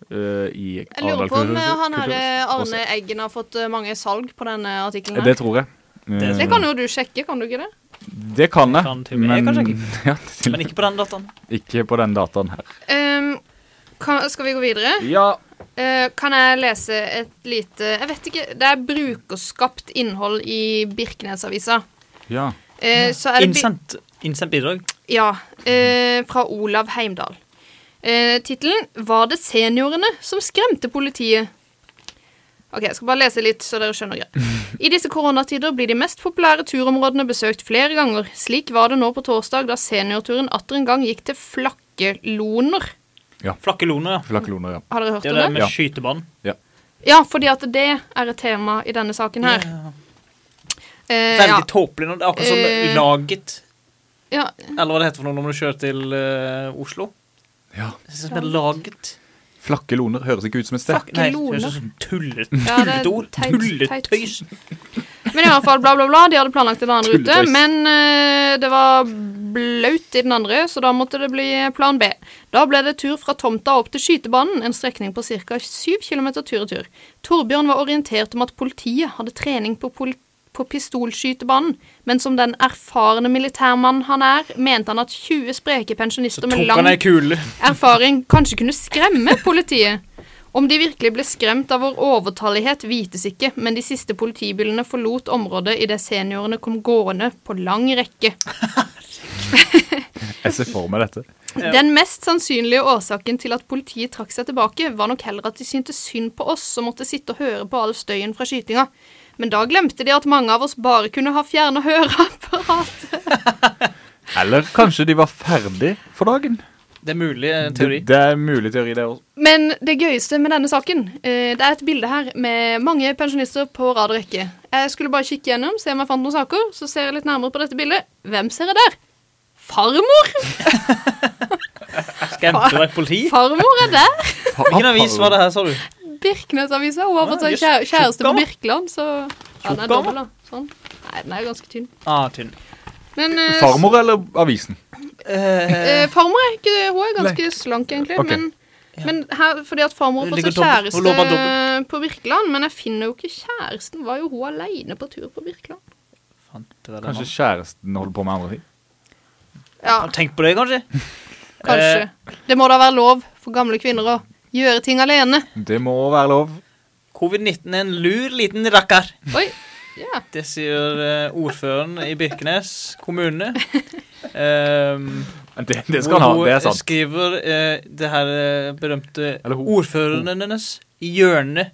Speaker 3: eh, i
Speaker 2: Jeg lurer på om eh, han her, eh,
Speaker 3: Kulturhus.
Speaker 2: Arne Eggen har fått eh, mange salg på denne artikkelen.
Speaker 3: Det
Speaker 2: her.
Speaker 3: tror jeg. Eh,
Speaker 2: Det kan jo du sjekke, kan du ikke det?
Speaker 3: det kan jeg,
Speaker 4: Kan til og med jeg,
Speaker 3: <laughs>
Speaker 4: kanskje
Speaker 3: ja, til,
Speaker 4: Men ikke på den dataen.
Speaker 3: ikke på den dataen her.
Speaker 2: Ehm, kan, skal vi gå videre?
Speaker 3: Ja,
Speaker 2: Eh, kan jeg lese et lite Jeg vet ikke. Det er brukerskapt innhold i Birkenesavisa.
Speaker 3: ja.
Speaker 2: Eh, så er det bi-
Speaker 4: Innsendt, innsendt bidrag.
Speaker 2: Ja. Eh, fra Olav Heimdal. Eh, Tittelen 'Var det seniorene som skremte politiet?' Ok, Jeg skal bare lese litt, så dere skjønner greit. I disse koronatider blir de mest populære turområdene besøkt flere ganger. Slik var det nå på torsdag, da seniorturen atter en gang gikk til Flakkeloner.
Speaker 4: Flakkeloner, ja.
Speaker 3: Flakkeloner, ja.
Speaker 2: Har dere hørt
Speaker 4: Det er
Speaker 2: om
Speaker 4: jo det
Speaker 2: det?
Speaker 4: med
Speaker 3: Ja.
Speaker 4: skytebanen.
Speaker 2: Ja, fordi at det er et tema i denne saken her.
Speaker 4: Ja.
Speaker 2: Eh, ja.
Speaker 4: Veldig tåpelig. nå. Det er akkurat som
Speaker 2: Eh.
Speaker 4: laget,
Speaker 2: Ja,
Speaker 4: eller hva det heter for noe når du kjører til eh, Oslo.
Speaker 3: ja.
Speaker 4: Jeg synes det er laget.
Speaker 3: Flakkeloner høres ikke ut som et sted.
Speaker 2: Flakk-
Speaker 4: Nei, det
Speaker 2: Loner.
Speaker 4: høres ut som tullet-
Speaker 2: Ja, det er
Speaker 4: tulletord.
Speaker 2: teit- teit.
Speaker 4: Tulletøys.
Speaker 2: Men i hvert fall, bla, bla, bla. De hadde planlagt en annen rute,
Speaker 3: Tulletøys.
Speaker 2: men eh, det var blaut i den andre, så da måtte det bli plan B. Da ble det tur fra tomta opp til skytebanen, en strekning på ca. 7 km tur-retur. Torbjørn var orientert om at politiet hadde trening på, pol på pistolskytebanen, men som den erfarne militærmannen han er, mente han at 20 spreke pensjonister med
Speaker 4: Tok
Speaker 2: lang
Speaker 4: han ei kule.
Speaker 2: erfaring kanskje kunne skremme politiet. Om de virkelig ble skremt av vår overtallighet, vites ikke, men de siste politibilene forlot området idet seniorene kom gående på lang rekke.
Speaker 3: Jeg ser for meg dette.
Speaker 2: Den mest sannsynlige årsaken til at politiet trakk seg tilbake, var nok heller at de syntes synd på oss som måtte sitte og høre på all støyen fra skytinga. Men da glemte de at mange av oss bare kunne ha fjerne høreapparat.
Speaker 3: Eller kanskje de var ferdig for dagen.
Speaker 4: Det er mulig eh, teori.
Speaker 3: Det, det er mulig teori, det også.
Speaker 2: Men det gøyeste med denne saken eh, Det er et bilde her med mange pensjonister på rad og rekke. Jeg skulle bare kikke gjennom, se om jeg fant noen saker. Så ser jeg litt nærmere på dette bildet. Hvem ser jeg der? Farmor!
Speaker 4: Skremte du deg politi?
Speaker 2: Farmor er der!
Speaker 4: <laughs> Hvilken avis var det her, sa du?
Speaker 2: Birkenesavisa. Hun har fått seg
Speaker 4: jøss.
Speaker 2: kjære- kjæreste på
Speaker 4: Tjukk, da.
Speaker 2: Birkeland, så ja, Den er
Speaker 4: Tjukk, da.
Speaker 2: dobbel, da. Sånn. Nei, den er ganske tynn.
Speaker 4: Ah, tynn.
Speaker 2: Men eh,
Speaker 3: Farmor eller avisen?
Speaker 4: Eh,
Speaker 2: eh, farmor er ikke Hun er ganske slank, egentlig.
Speaker 3: Ok.
Speaker 2: Men, men her, fordi at farmor har fått
Speaker 4: Ligger
Speaker 2: seg
Speaker 4: dobbelt. Hun lå bare
Speaker 2: kjæreste på Birkeland, men jeg finner jo ikke kjæresten. Var jo hun aleine på tur på Birkeland?
Speaker 4: fant det vel en
Speaker 3: Kanskje
Speaker 4: annen.
Speaker 3: kjæresten holder på med andre ting?
Speaker 2: Ja,
Speaker 4: Tenk på det, kanskje.
Speaker 2: <laughs>
Speaker 4: Eh,
Speaker 2: Kanskje. Det må da være lov for gamle kvinner å gjøre ting alene.
Speaker 3: Det må være lov.
Speaker 4: Covid-19 er en lur liten rakker.
Speaker 2: Oi. Ja.
Speaker 4: Det sier eh, ordføreren i Birkenes
Speaker 2: <laughs>
Speaker 4: kommune. Ehm,
Speaker 3: Det, det skal han
Speaker 4: hvor
Speaker 3: ha. Det er sant.
Speaker 4: skriver eh, det her eh, berømte
Speaker 3: Eller hun.
Speaker 4: ordføreren hennes i hjørnet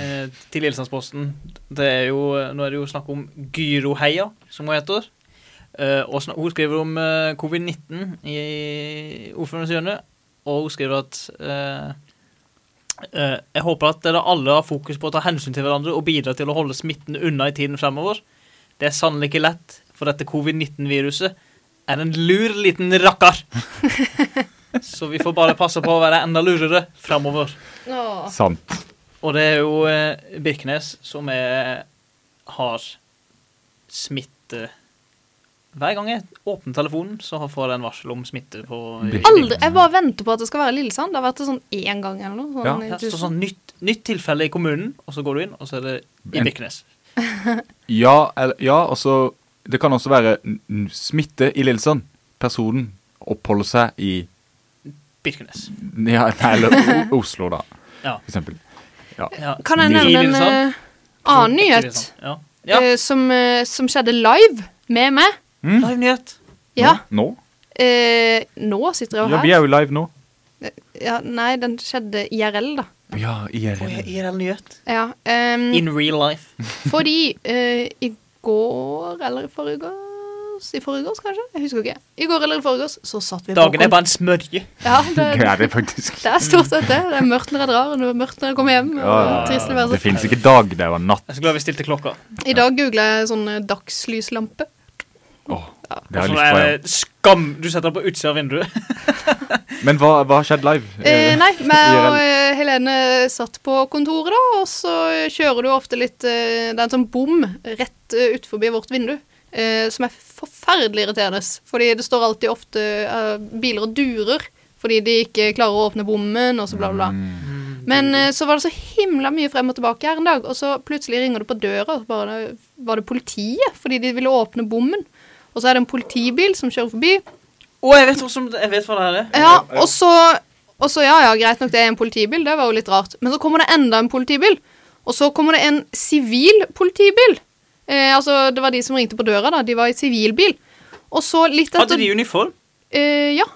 Speaker 4: eh, til Lillesandsposten. Det er jo, eh, nå er det jo snakk om Gyroheia, som hun heter. Eh, og snak, hun skriver om eh, covid-19 i ordførerens hjørne, og hun skriver at eh, eh, jeg håper at dere alle har fokus på å ta hensyn til hverandre og bidra til å holde smitten unna i tiden fremover. Det er sannelig ikke lett, for dette covid-19-viruset er en lur liten rakkar. Så vi får bare passe på å være enda lurere fremover.
Speaker 2: Åh.
Speaker 3: Sant.
Speaker 4: Og det er jo eh, Birkenes som er, har smitte Hver gang jeg åpner telefonen, så får jeg en varsel om smitte på
Speaker 2: Aldri, jeg bare venter på at det skal være Lillesand. Det har vært det sånn én gang eller noe.
Speaker 3: Ja.
Speaker 2: Sånn, i
Speaker 4: Her står
Speaker 2: tusen-
Speaker 4: sånn nytt, nytt tilfelle i kommunen, og så går du inn, og så er det i
Speaker 3: En-
Speaker 4: Birkenes.
Speaker 3: Ja, eller, ja altså Det kan også være n- n- smitte i Lillesand. Personen oppholder seg i
Speaker 4: Birkenes.
Speaker 3: ja, nei, eller O- Oslo, da,
Speaker 4: Ja.
Speaker 3: for eksempel.
Speaker 4: ja.
Speaker 2: Kan jeg
Speaker 3: I
Speaker 2: nevne en
Speaker 4: Lillesand?
Speaker 2: eh,
Speaker 3: Sånn
Speaker 2: annen
Speaker 4: Ikke
Speaker 2: nyhet
Speaker 4: Lillesand. sånn. Ja. ja.
Speaker 2: eh, som, eh, som skjedde live med meg?
Speaker 4: Live nyhet.
Speaker 2: Ja.
Speaker 3: Nå?
Speaker 2: Eh, nå sitter jeg jo
Speaker 3: Ja,
Speaker 2: her.
Speaker 3: vi er jo live nå.
Speaker 2: Ja, nei, den skjedde IRL, da.
Speaker 3: Ja, IRL.
Speaker 4: IRL nyhet.
Speaker 2: Ja, ehm,
Speaker 4: In real life.
Speaker 2: Fordi eh, i går eller i forgårs I forgårs, kanskje? Jeg husker ikke. I går eller i forgårs så satt vi
Speaker 4: Dagen
Speaker 2: på
Speaker 4: er bare en smørje.
Speaker 2: Ja, det,
Speaker 3: Det er det faktisk.
Speaker 2: <laughs> Det er stort sett det. Det er mørkt når jeg drar, og det er mørkt når jeg kommer hjem. Og trist å være
Speaker 3: Det
Speaker 2: så.
Speaker 3: fins ikke dag, det var natt.
Speaker 4: Jeg er så glad vi stilte klokka.
Speaker 2: I dag googla jeg sånn eh, dagslyslampe.
Speaker 3: Åh, det
Speaker 4: Og
Speaker 3: har jeg lyst på.
Speaker 4: så er
Speaker 3: jeg
Speaker 4: det Sånn eh, skam du setter deg på utsida av <laughs> vinduet.
Speaker 3: også. Men hva, hva har skjedd live?
Speaker 2: Eh, nei, meg og
Speaker 3: IRL.
Speaker 2: eh, Helene satt på kontoret, da, og så kjører du ofte litt eh, Det er en sånn bom rett uh, utforbi vårt vindu. eh, som er forferdelig irriterende. Fordi det står alltid ofte eh, biler og durer fordi de ikke klarer å åpne bommen, og så bla, bla. bla. Men eh, så var det så himla mye frem og tilbake her en dag, og så plutselig ringer det på døra, og så bare var det politiet, fordi de ville åpne bommen. Og så er det en politibil som kjører forbi.
Speaker 4: Å, jeg, vet hva som- jeg vet hva det her er.
Speaker 2: Ja, og så, og så ja, ja, greit nok, det er en politibil, det var jo litt rart. Men så kommer det enda en politibil, og så kommer det en sivil politibil. Eh, altså, det var de som ringte på døra, da, de var i sivilbil. Og så litt etter
Speaker 4: Hadde de uniform?
Speaker 2: eh, Ja.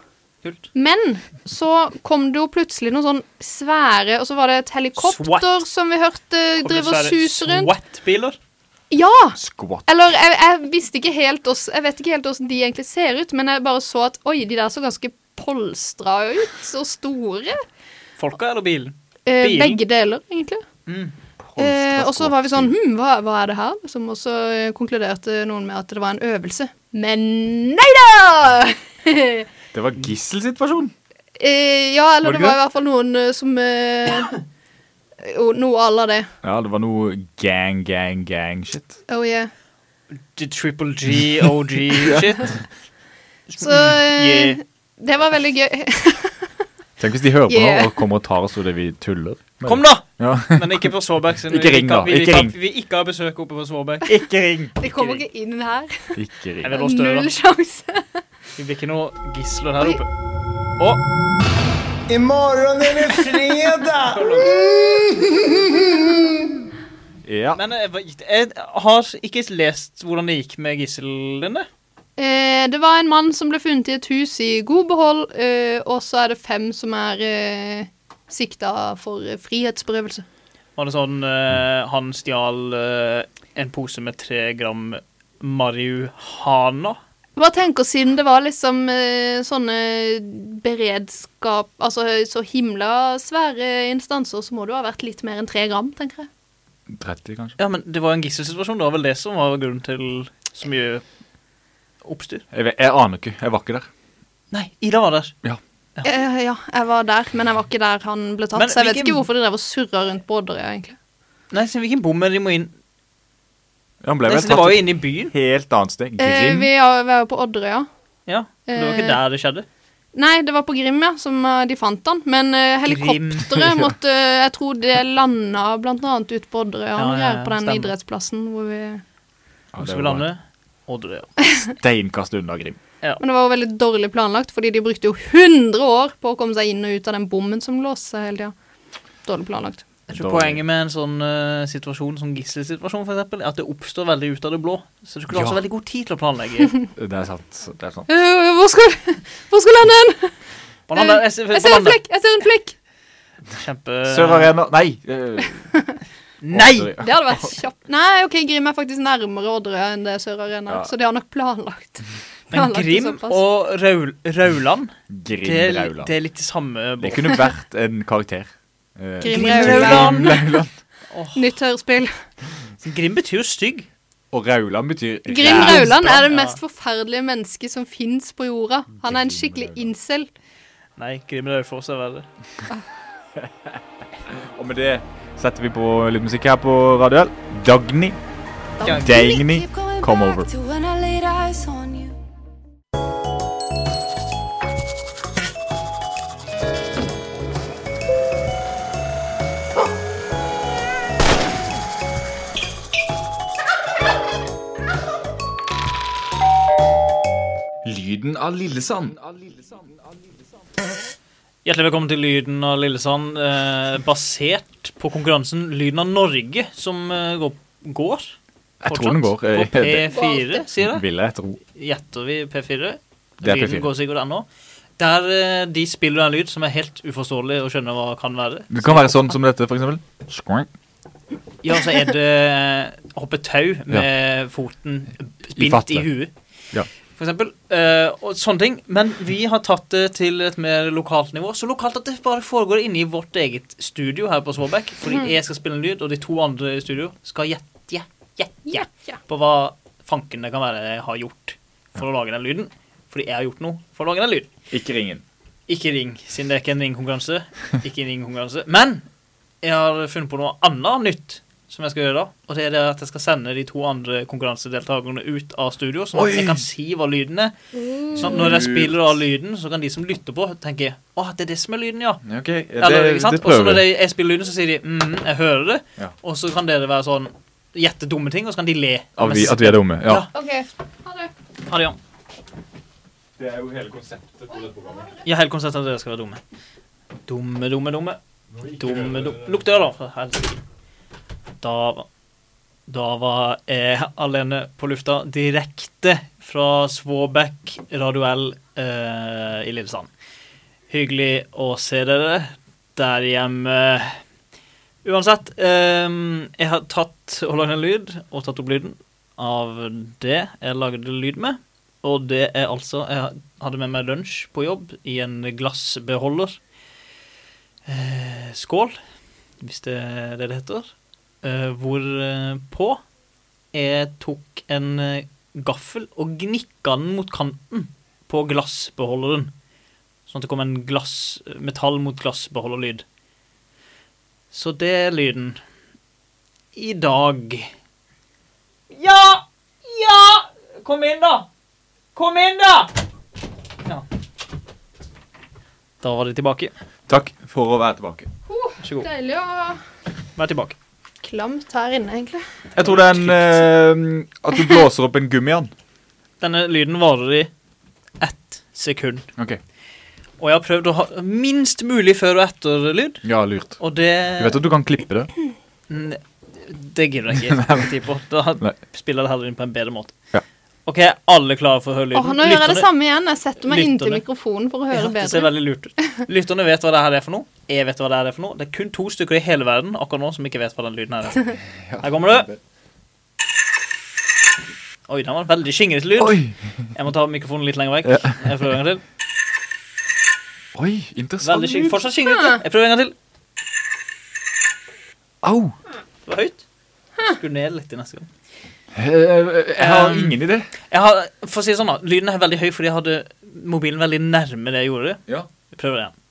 Speaker 4: Kult.
Speaker 2: Men så kom det jo plutselig noen sånn svære Og så var det et helikopter
Speaker 4: SWAT.
Speaker 2: som vi hørte eh,
Speaker 4: Kom det
Speaker 2: driver og
Speaker 4: svære
Speaker 2: suser rundt.
Speaker 4: SWAT-biler?
Speaker 2: Ja!
Speaker 3: Eh, Skvatt.
Speaker 2: Eller jeg, jeg visste ikke helt oss, Jeg vet ikke helt hvordan de egentlig ser ut, men jeg bare så at oi, de der så ganske polstra ut. Så store.
Speaker 4: Folka eller bilen?
Speaker 2: Eh,
Speaker 4: Bilen.
Speaker 2: begge deler, egentlig.
Speaker 4: Mm.
Speaker 2: Eh, og så var vi sånn Hm, hva, hva er det her? Som også eh, konkluderte noen med at det var en øvelse. Men nei da! <laughs>
Speaker 3: Det var gisselsituasjon.
Speaker 2: Eh, ja, eller
Speaker 3: Var det
Speaker 2: det,
Speaker 3: ikke
Speaker 2: var i
Speaker 3: det?
Speaker 2: hvert fall noen eh, som eh, <coughs> jo, Noe à la det.
Speaker 3: Ja, det var noe gang, gang, gang shit.
Speaker 2: Oh yeah.
Speaker 4: The triple G, <laughs> OG, shit.
Speaker 2: Så eh,
Speaker 4: Yeah.
Speaker 2: det var veldig gøy. <laughs>
Speaker 3: Tenk hvis de hører på
Speaker 2: Yeah.
Speaker 3: nå og kommer og tar oss fordi vi tuller. med
Speaker 4: Kom,
Speaker 3: det.
Speaker 4: da!
Speaker 3: Ja.
Speaker 4: Men ikke på Svåberg. siden
Speaker 3: Ikke
Speaker 4: vi
Speaker 3: ring,
Speaker 4: har-
Speaker 3: da.
Speaker 4: Vi, vi,
Speaker 3: Ikke
Speaker 4: har-
Speaker 3: ring.
Speaker 4: vi ikke har besøk oppe på Svåberg.
Speaker 3: Ikke ring!
Speaker 2: De kommer ikke inn her.
Speaker 3: <laughs> Ikke
Speaker 4: Jeg
Speaker 3: ring.
Speaker 4: vil låse døra.
Speaker 2: Null sjanse.
Speaker 4: Vi blir ikke noe gisler
Speaker 2: Oi.
Speaker 4: her oppe. Å,
Speaker 7: Imorgon är det fredag!
Speaker 8: <laughs>
Speaker 3: Ja.
Speaker 4: men jeg, var- jeg har ikke lest hvordan det gikk med gislene.
Speaker 2: Eh, det var en mann som ble funnet i et hus i god behold, eh, og så er det fem som er eh, sikta for eh, frihetsberøvelse.
Speaker 4: Var det sånn eh, Han stjal eh, en pose med tre gram marihuana.
Speaker 2: Hva tenker siden det var liksom eh, sånne beredskap Altså så himla svære instanser, så må det jo ha vært litt mer enn tre gram, tenker jeg.
Speaker 3: 30, kanskje.
Speaker 4: Ja, men det var jo en gisselsituasjon. Det var vel det som var grunnen til så mye oppstyr.
Speaker 3: Jeg, vet, jeg aner ikke. Jeg var ikke der.
Speaker 4: Nei, Ida var der.
Speaker 2: Eh, ja, jeg var der, men jeg var ikke der han ble tatt.
Speaker 4: Men
Speaker 2: så jeg vet
Speaker 4: hvilken-
Speaker 2: ikke hvorfor de drev og surra rundt på Odderøya, egentlig.
Speaker 4: Nei, så hvilken bom er det de må inn?
Speaker 3: Ja, Han ble
Speaker 4: Nei,
Speaker 3: vel
Speaker 4: så det
Speaker 3: tatt
Speaker 4: var jo
Speaker 3: et
Speaker 4: inne i byen.
Speaker 3: helt annet sted.
Speaker 2: Eh,
Speaker 3: Grim.
Speaker 2: vi er vi er jo på Odderøya.
Speaker 4: Ja, men Det var
Speaker 2: Eh,
Speaker 4: ikke der det skjedde.
Speaker 2: Nei, det var på Grim, ja, som eh, de fant han. Men eh, helikopteret
Speaker 4: <laughs>
Speaker 2: måtte eh, Jeg tror det landa blant annet ute på Odderøya
Speaker 4: Ja,
Speaker 2: og noe
Speaker 4: ja,
Speaker 2: greier
Speaker 4: ja,
Speaker 2: på den
Speaker 4: stemmer.
Speaker 2: idrettsplassen hvor vi
Speaker 3: Ja,
Speaker 4: Hvor
Speaker 3: det
Speaker 4: skal vi
Speaker 3: var
Speaker 4: lande? Odderøya.
Speaker 3: Steinkast unna Grim.
Speaker 2: Men det var jo veldig dårlig planlagt, fordi de brukte jo 100 år på å komme seg inn og ut av den bommen som låste seg hele tida. Dårlig planlagt.
Speaker 4: Jeg tror
Speaker 3: Dårlig.
Speaker 4: Poenget med en sånn eh, situasjon som gisselsituasjon, for eksempel, er at det oppstår veldig ut av det blå. Så du skulle ha
Speaker 3: Ja.
Speaker 4: så veldig god tid til å <laughs> planlegge.
Speaker 3: Det er sant. Det er sånn. sant.
Speaker 2: Øh, hvor skal, <laughs> hvor skal lande hen?
Speaker 4: Banan der, jeg ser,
Speaker 2: Jeg ser en
Speaker 4: banan der.
Speaker 2: flekk! Jeg ser en flekk!
Speaker 4: Kjempe...
Speaker 3: Sør-Arena Nei! eh,
Speaker 4: Nei!
Speaker 2: Det hadde vært
Speaker 4: <laughs>
Speaker 2: kjapt. Nei, OK, Grim er faktisk nærmere Odderøya enn det er Sør Arena,
Speaker 3: Ja.
Speaker 2: så de har nok planlagt. <laughs>
Speaker 4: Men
Speaker 2: planlagt det
Speaker 4: Grim
Speaker 2: såpass.
Speaker 4: og Raul Rauland,
Speaker 3: Grim
Speaker 4: det, er-
Speaker 3: Rauland.
Speaker 4: det er litt i samme
Speaker 3: Det
Speaker 4: båt.
Speaker 3: kunne vært en karakter. Eh,
Speaker 2: Grim
Speaker 4: Rauland.
Speaker 3: Rauland.
Speaker 2: Nytt hørespill.
Speaker 4: Grim betyr jo stygg.
Speaker 3: Og Rauland betyr
Speaker 2: Grim
Speaker 3: ræv.
Speaker 2: Rauland er det
Speaker 4: Ja.
Speaker 2: mest forferdelige mennesket som fins på jorda. Han er en skikkelig incel.
Speaker 4: Nei, Grim Raufoss er verre.
Speaker 3: Og med det setter vi på litt musikk her på Radio L. Dagny. Dagny, come over. Lyden av Lillesand.
Speaker 4: Hjertelig velkommen til Lyden av Lillesand, eh, basert på konkurransen Lyden av Norge, som eh, går, går
Speaker 3: Jeg tror den går.
Speaker 4: fortsatt,
Speaker 3: eh,
Speaker 4: På
Speaker 3: det
Speaker 4: P4, sier det.
Speaker 3: Vil jeg tro.
Speaker 4: Gjetter vi P4?
Speaker 3: Det er
Speaker 4: Lyden
Speaker 3: P4.
Speaker 4: går sikkert ennå. Der eh, de spiller en lyd som er helt uforståelig å skjønne hva kan være.
Speaker 3: Det kan være sånn som dette, for eksempel. Skoink.
Speaker 4: Ja, så er det eh, hoppe tau med foten bindt i
Speaker 3: fattet.
Speaker 4: huet.
Speaker 3: Ja.
Speaker 4: For eksempel. eh, og sånne ting. Men vi har tatt det til et mer lokalt nivå. Så lokalt at det bare foregår inne i vårt eget studio her på Svåbekk. Fordi jeg skal spille en lyd, og de to andre i studio skal gjette, gjette
Speaker 2: Ja.
Speaker 4: på hva fanken det kan være jeg har gjort for å lage den lyden. Fordi jeg har gjort noe for å lage den lyden.
Speaker 3: Ikke ringen.
Speaker 4: Ikke ring, siden det er ikke en ringkonkurranse. Ikke en ringkonkurranse. Men jeg har funnet på noe annet nytt som jeg skal gjøre da. Og det er det at jeg skal sende de to andre konkurransedeltakerne ut av studio, sånn at jeg kan si hva lyden er. Sånn at når jeg spiller av lyden, så kan de som lytter på, tenke Å, det er det som er lyden, ja.
Speaker 3: Ok, det,
Speaker 4: Eller, ikke sant?
Speaker 3: det
Speaker 4: Og så
Speaker 3: prøver
Speaker 4: når
Speaker 3: vi.
Speaker 4: de, jeg spiller lyden, så sier de mm, jeg hører det.
Speaker 3: Ja.
Speaker 4: Og så kan dere være sånn gjette dumme ting, og så kan de le.
Speaker 3: Av vi, at vi er dumme. Ja.
Speaker 4: Ja.
Speaker 2: OK. Ha det.
Speaker 4: Ha det, ja.
Speaker 3: Det er jo hele konseptet på det programmet.
Speaker 4: Ja, hele konseptet er at dere skal være dumme. Dumme, dumme, dumme. Dumme, dumme. Lukk døra, da. for helsike. Da, var- da var jeg alene på lufta direkte fra Svåbekk radioell eh, i Lillesand. Hyggelig å se dere der hjemme. Uansett, eh, jeg har tatt og lagd en lyd, og tatt opp lyden av det jeg lagde lyd med. Og det er altså Jeg hadde med meg lunsj på jobb i en glassbeholder. Eh, skål, hvis det er det det heter. Eh, Hvorpå jeg tok en eh, gaffel og gnikka den mot kanten på glassbeholderen. Sånn at det kom en glass, eh, metall mot glassbeholderlyd. Så det er lyden. I dag Ja! Ja! Kom inn, da! Kom inn, da! Ja. Da var de tilbake.
Speaker 3: Takk for å være tilbake.
Speaker 4: Vær så god.
Speaker 2: Deilig å
Speaker 4: Vær tilbake.
Speaker 2: Klamt her inne, egentlig.
Speaker 3: Jeg tror det er en eh, At du blåser opp en gummian.
Speaker 4: Denne lyden varer i ett sekund.
Speaker 3: Ok.
Speaker 4: Og jeg har prøvd å ha minst mulig før- og etterlyd,
Speaker 3: Ja, lurt.
Speaker 4: og
Speaker 3: Du vet
Speaker 4: det
Speaker 3: at du kan klippe det?
Speaker 4: N- Det gidder jeg ikke bruke tid
Speaker 3: <laughs>
Speaker 4: på. Da
Speaker 3: Nei.
Speaker 4: spiller jeg det heller inn på en bedre måte.
Speaker 3: Ja.
Speaker 4: OK, er alle klare for å høre lyden?
Speaker 2: Åh, nå gjør jeg det
Speaker 4: Lytterne-
Speaker 2: samme igjen. Jeg setter meg inntil
Speaker 4: Lytterne.
Speaker 2: mikrofonen for å
Speaker 4: Ja,
Speaker 2: høre
Speaker 4: Det ser
Speaker 2: bedre.
Speaker 4: veldig lurt ut. Lytterne vet hva det her er for noe. Jeg vet hva det her er for noe. Det er kun to stykker i hele verden akkurat nå som ikke vet hva den lyden her
Speaker 3: <laughs>
Speaker 4: er. Her kommer du. Oi, den var en veldig skingrete lyd.
Speaker 3: Oi!
Speaker 4: Jeg må ta mikrofonen litt lenger vekk. Jeg prøver en gang til.
Speaker 3: Oi, interessant.
Speaker 4: Veldig skingret. Fortsatt skingrete. Jeg prøver en gang til.
Speaker 3: Au!
Speaker 4: Det var høyt. Skru ned litt til neste gang.
Speaker 3: Eh, Jeg har
Speaker 4: Um,
Speaker 3: ingen idé.
Speaker 4: Jeg har, for å si det sånn da, Lyden er veldig høy fordi jeg hadde mobilen veldig nærme det jeg gjorde.
Speaker 3: Ja.
Speaker 4: Jeg prøver igjen.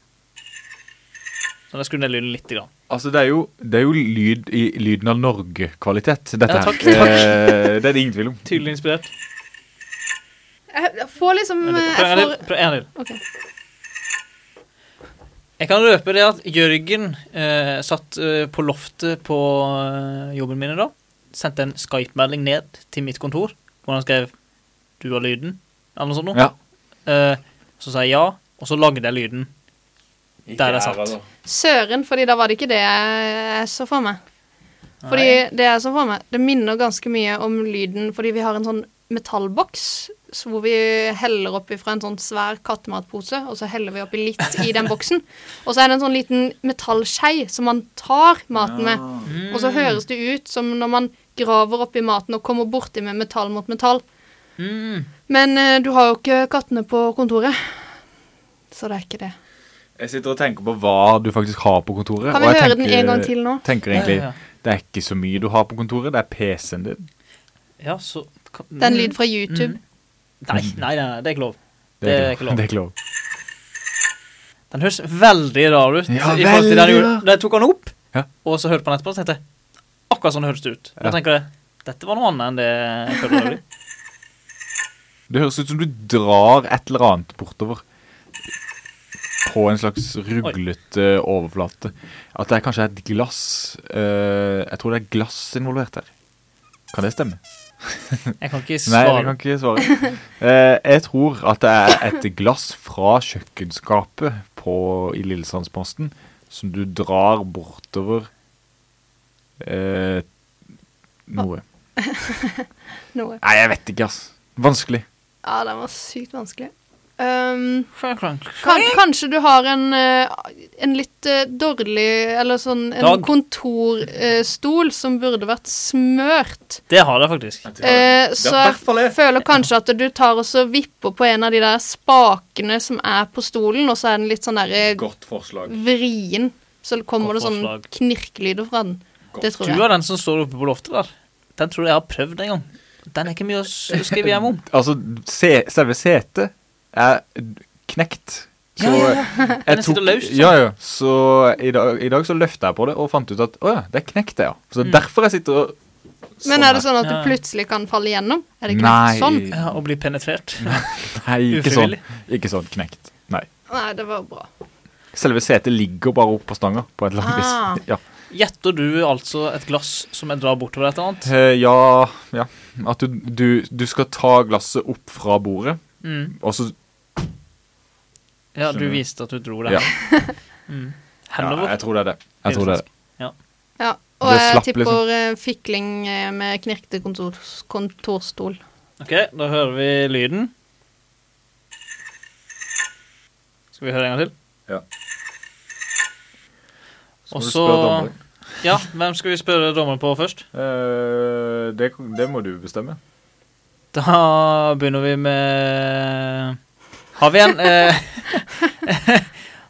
Speaker 4: Sånn, jeg skrur ned lyden litt. Grann.
Speaker 3: Altså, det er jo, det er jo lyd i lyden av Norge-kvalitet, dette
Speaker 4: Ja, takk,
Speaker 3: her. Eh, Det er det ingen tvil om.
Speaker 4: Tydelig inspirert.
Speaker 2: Jeg får liksom
Speaker 4: Prøv
Speaker 2: eh,
Speaker 4: en gang
Speaker 2: jeg
Speaker 4: til.
Speaker 2: får,
Speaker 4: Prøv en gang til.
Speaker 2: Ok.
Speaker 4: Jeg kan røpe det at Jørgen eh, satt eh, på loftet på eh, jobben min i dag. Sendte en Skype-melding ned til mitt kontor, hvor han skrev 'Du har lyden', eller noe sånt. noe.
Speaker 3: Ja.
Speaker 4: Eh, så sa jeg ja, og så lagde jeg lyden. Der er satt.
Speaker 2: Søren, fordi da var det ikke det jeg så for meg. Fordi det jeg så for meg, det minner ganske mye om lyden fordi vi har en sånn metallboks så hvor vi heller oppi fra en sånn svær kattematpose, og så heller vi oppi litt i den boksen. Og så er det en sånn liten metallskei som man tar maten med. Og så høres det ut som når man graver oppi maten og kommer borti med metall mot metall.
Speaker 3: Mm.
Speaker 2: Men eh, du har jo ikke kattene på kontoret, så det er ikke det.
Speaker 3: Jeg sitter og tenker på hva du faktisk har på kontoret.
Speaker 2: Kan
Speaker 3: og
Speaker 2: vi
Speaker 3: jeg
Speaker 2: høre den
Speaker 3: tenker-
Speaker 2: en gang til nå?
Speaker 3: tenker egentlig,
Speaker 4: Ja, ja, ja.
Speaker 3: Det er ikke så mye du har på kontoret, det er PC-en din.
Speaker 4: Ja, så kan-
Speaker 2: Det er en lyd fra YouTube.
Speaker 4: Nei, nei, nei, nei, det er ikke lov.
Speaker 3: Det er ikke lov. <laughs> Det er ikke lov.
Speaker 4: Den høres veldig rar ut.
Speaker 3: Ja,
Speaker 4: i forhold til
Speaker 3: veldig
Speaker 4: den jeg gjorde-
Speaker 3: rar.
Speaker 4: Da jeg tok den opp,
Speaker 3: Ja.
Speaker 4: og så hørte på den etterpå, så tenkte jeg akkurat sånn høres det ut. Da
Speaker 3: Ja.
Speaker 4: tenker jeg dette var noe annet enn det jeg følte det var.
Speaker 3: <laughs> Det høres ut som du drar et eller annet bortover. På en slags ruglete overflate. At det er kanskje et glass eh, Jeg tror det er glass involvert her. Kan det stemme?
Speaker 4: Jeg kan ikke
Speaker 3: Nei, jeg
Speaker 4: svare.
Speaker 3: kan ikke svare. Eh, jeg tror at det er et glass fra kjøkkenskapet på, i Lillesandsposten som du drar bortover eh, noe.
Speaker 2: Noe.
Speaker 3: Nei, jeg vet ikke, ass. Vanskelig.
Speaker 2: Ja, den var sykt vanskelig. Ehm,
Speaker 4: Da
Speaker 2: kan, kanskje du har en, eh, en litt eh, dårlig Eller sånn en
Speaker 4: Dag.
Speaker 2: kontorstol eh, som burde vært smørt.
Speaker 4: Det har jeg faktisk.
Speaker 2: Eh, så jeg
Speaker 7: hvert fall det.
Speaker 2: føler kanskje at du tar og så vipper på en av de der spakene som er på stolen, og så er den litt sånn derre
Speaker 3: Godt forslag.
Speaker 2: vrien. Så kommer
Speaker 4: Godt
Speaker 2: det sånn
Speaker 4: forslag.
Speaker 2: knirkelyder fra den. Det tror
Speaker 4: Du
Speaker 2: jeg.
Speaker 4: er den som står oppe på loftet der. Den tror jeg jeg har prøvd en gang. Den er ikke mye å s- skrive hjem om.
Speaker 3: Altså, se, selve setet er knekt Så
Speaker 4: Den er sikkert løst, sånn.
Speaker 3: ja, ja. Så i dag, i dag så løfta jeg på det og fant ut at å ja, det knekte, ja. Så det er derfor jeg sitter og
Speaker 2: Men er
Speaker 3: her.
Speaker 2: det sånn at du
Speaker 4: Ja.
Speaker 2: plutselig kan falle igjennom? Er det knekt
Speaker 3: Nei.
Speaker 2: sånn?
Speaker 4: <laughs> Ja, og bli penetrert.
Speaker 3: Nei, ikke sånn.
Speaker 4: Ufrivillig?
Speaker 3: Ikke sånn knekt. Nei.
Speaker 2: Nei, det var bra.
Speaker 3: Selve setet ligger bare oppå stanga på et eller annet
Speaker 2: Ah.
Speaker 3: vis. Ja.
Speaker 4: Gjetter du altså et glass som jeg drar bortover et eller
Speaker 3: <laughs>
Speaker 4: annet?
Speaker 3: Eh, ja, ja. At du, du, du skal ta glasset opp fra bordet,
Speaker 4: Mm.
Speaker 3: og så
Speaker 4: Ja, du
Speaker 3: Skjønner.
Speaker 4: viste at du dro det.
Speaker 3: Ja.
Speaker 4: Mm.
Speaker 3: ja,
Speaker 4: Handover.
Speaker 3: Jeg tror det er det. Jeg tror det er det.
Speaker 2: Ja, og
Speaker 3: Det
Speaker 2: jeg
Speaker 3: slapp,
Speaker 2: tipper
Speaker 3: liksom.
Speaker 2: eh, fikling eh, med knirkete kontor, kontorstol.
Speaker 4: Ok, da hører vi lyden. Skal vi høre en gang til?
Speaker 3: Ja.
Speaker 4: Og
Speaker 3: må du
Speaker 4: så
Speaker 3: spørre dommeren.
Speaker 4: Ja, hvem skal vi spørre dommeren på først?
Speaker 3: Eh, det, det må du bestemme.
Speaker 4: Da begynner vi med Har vi en eh,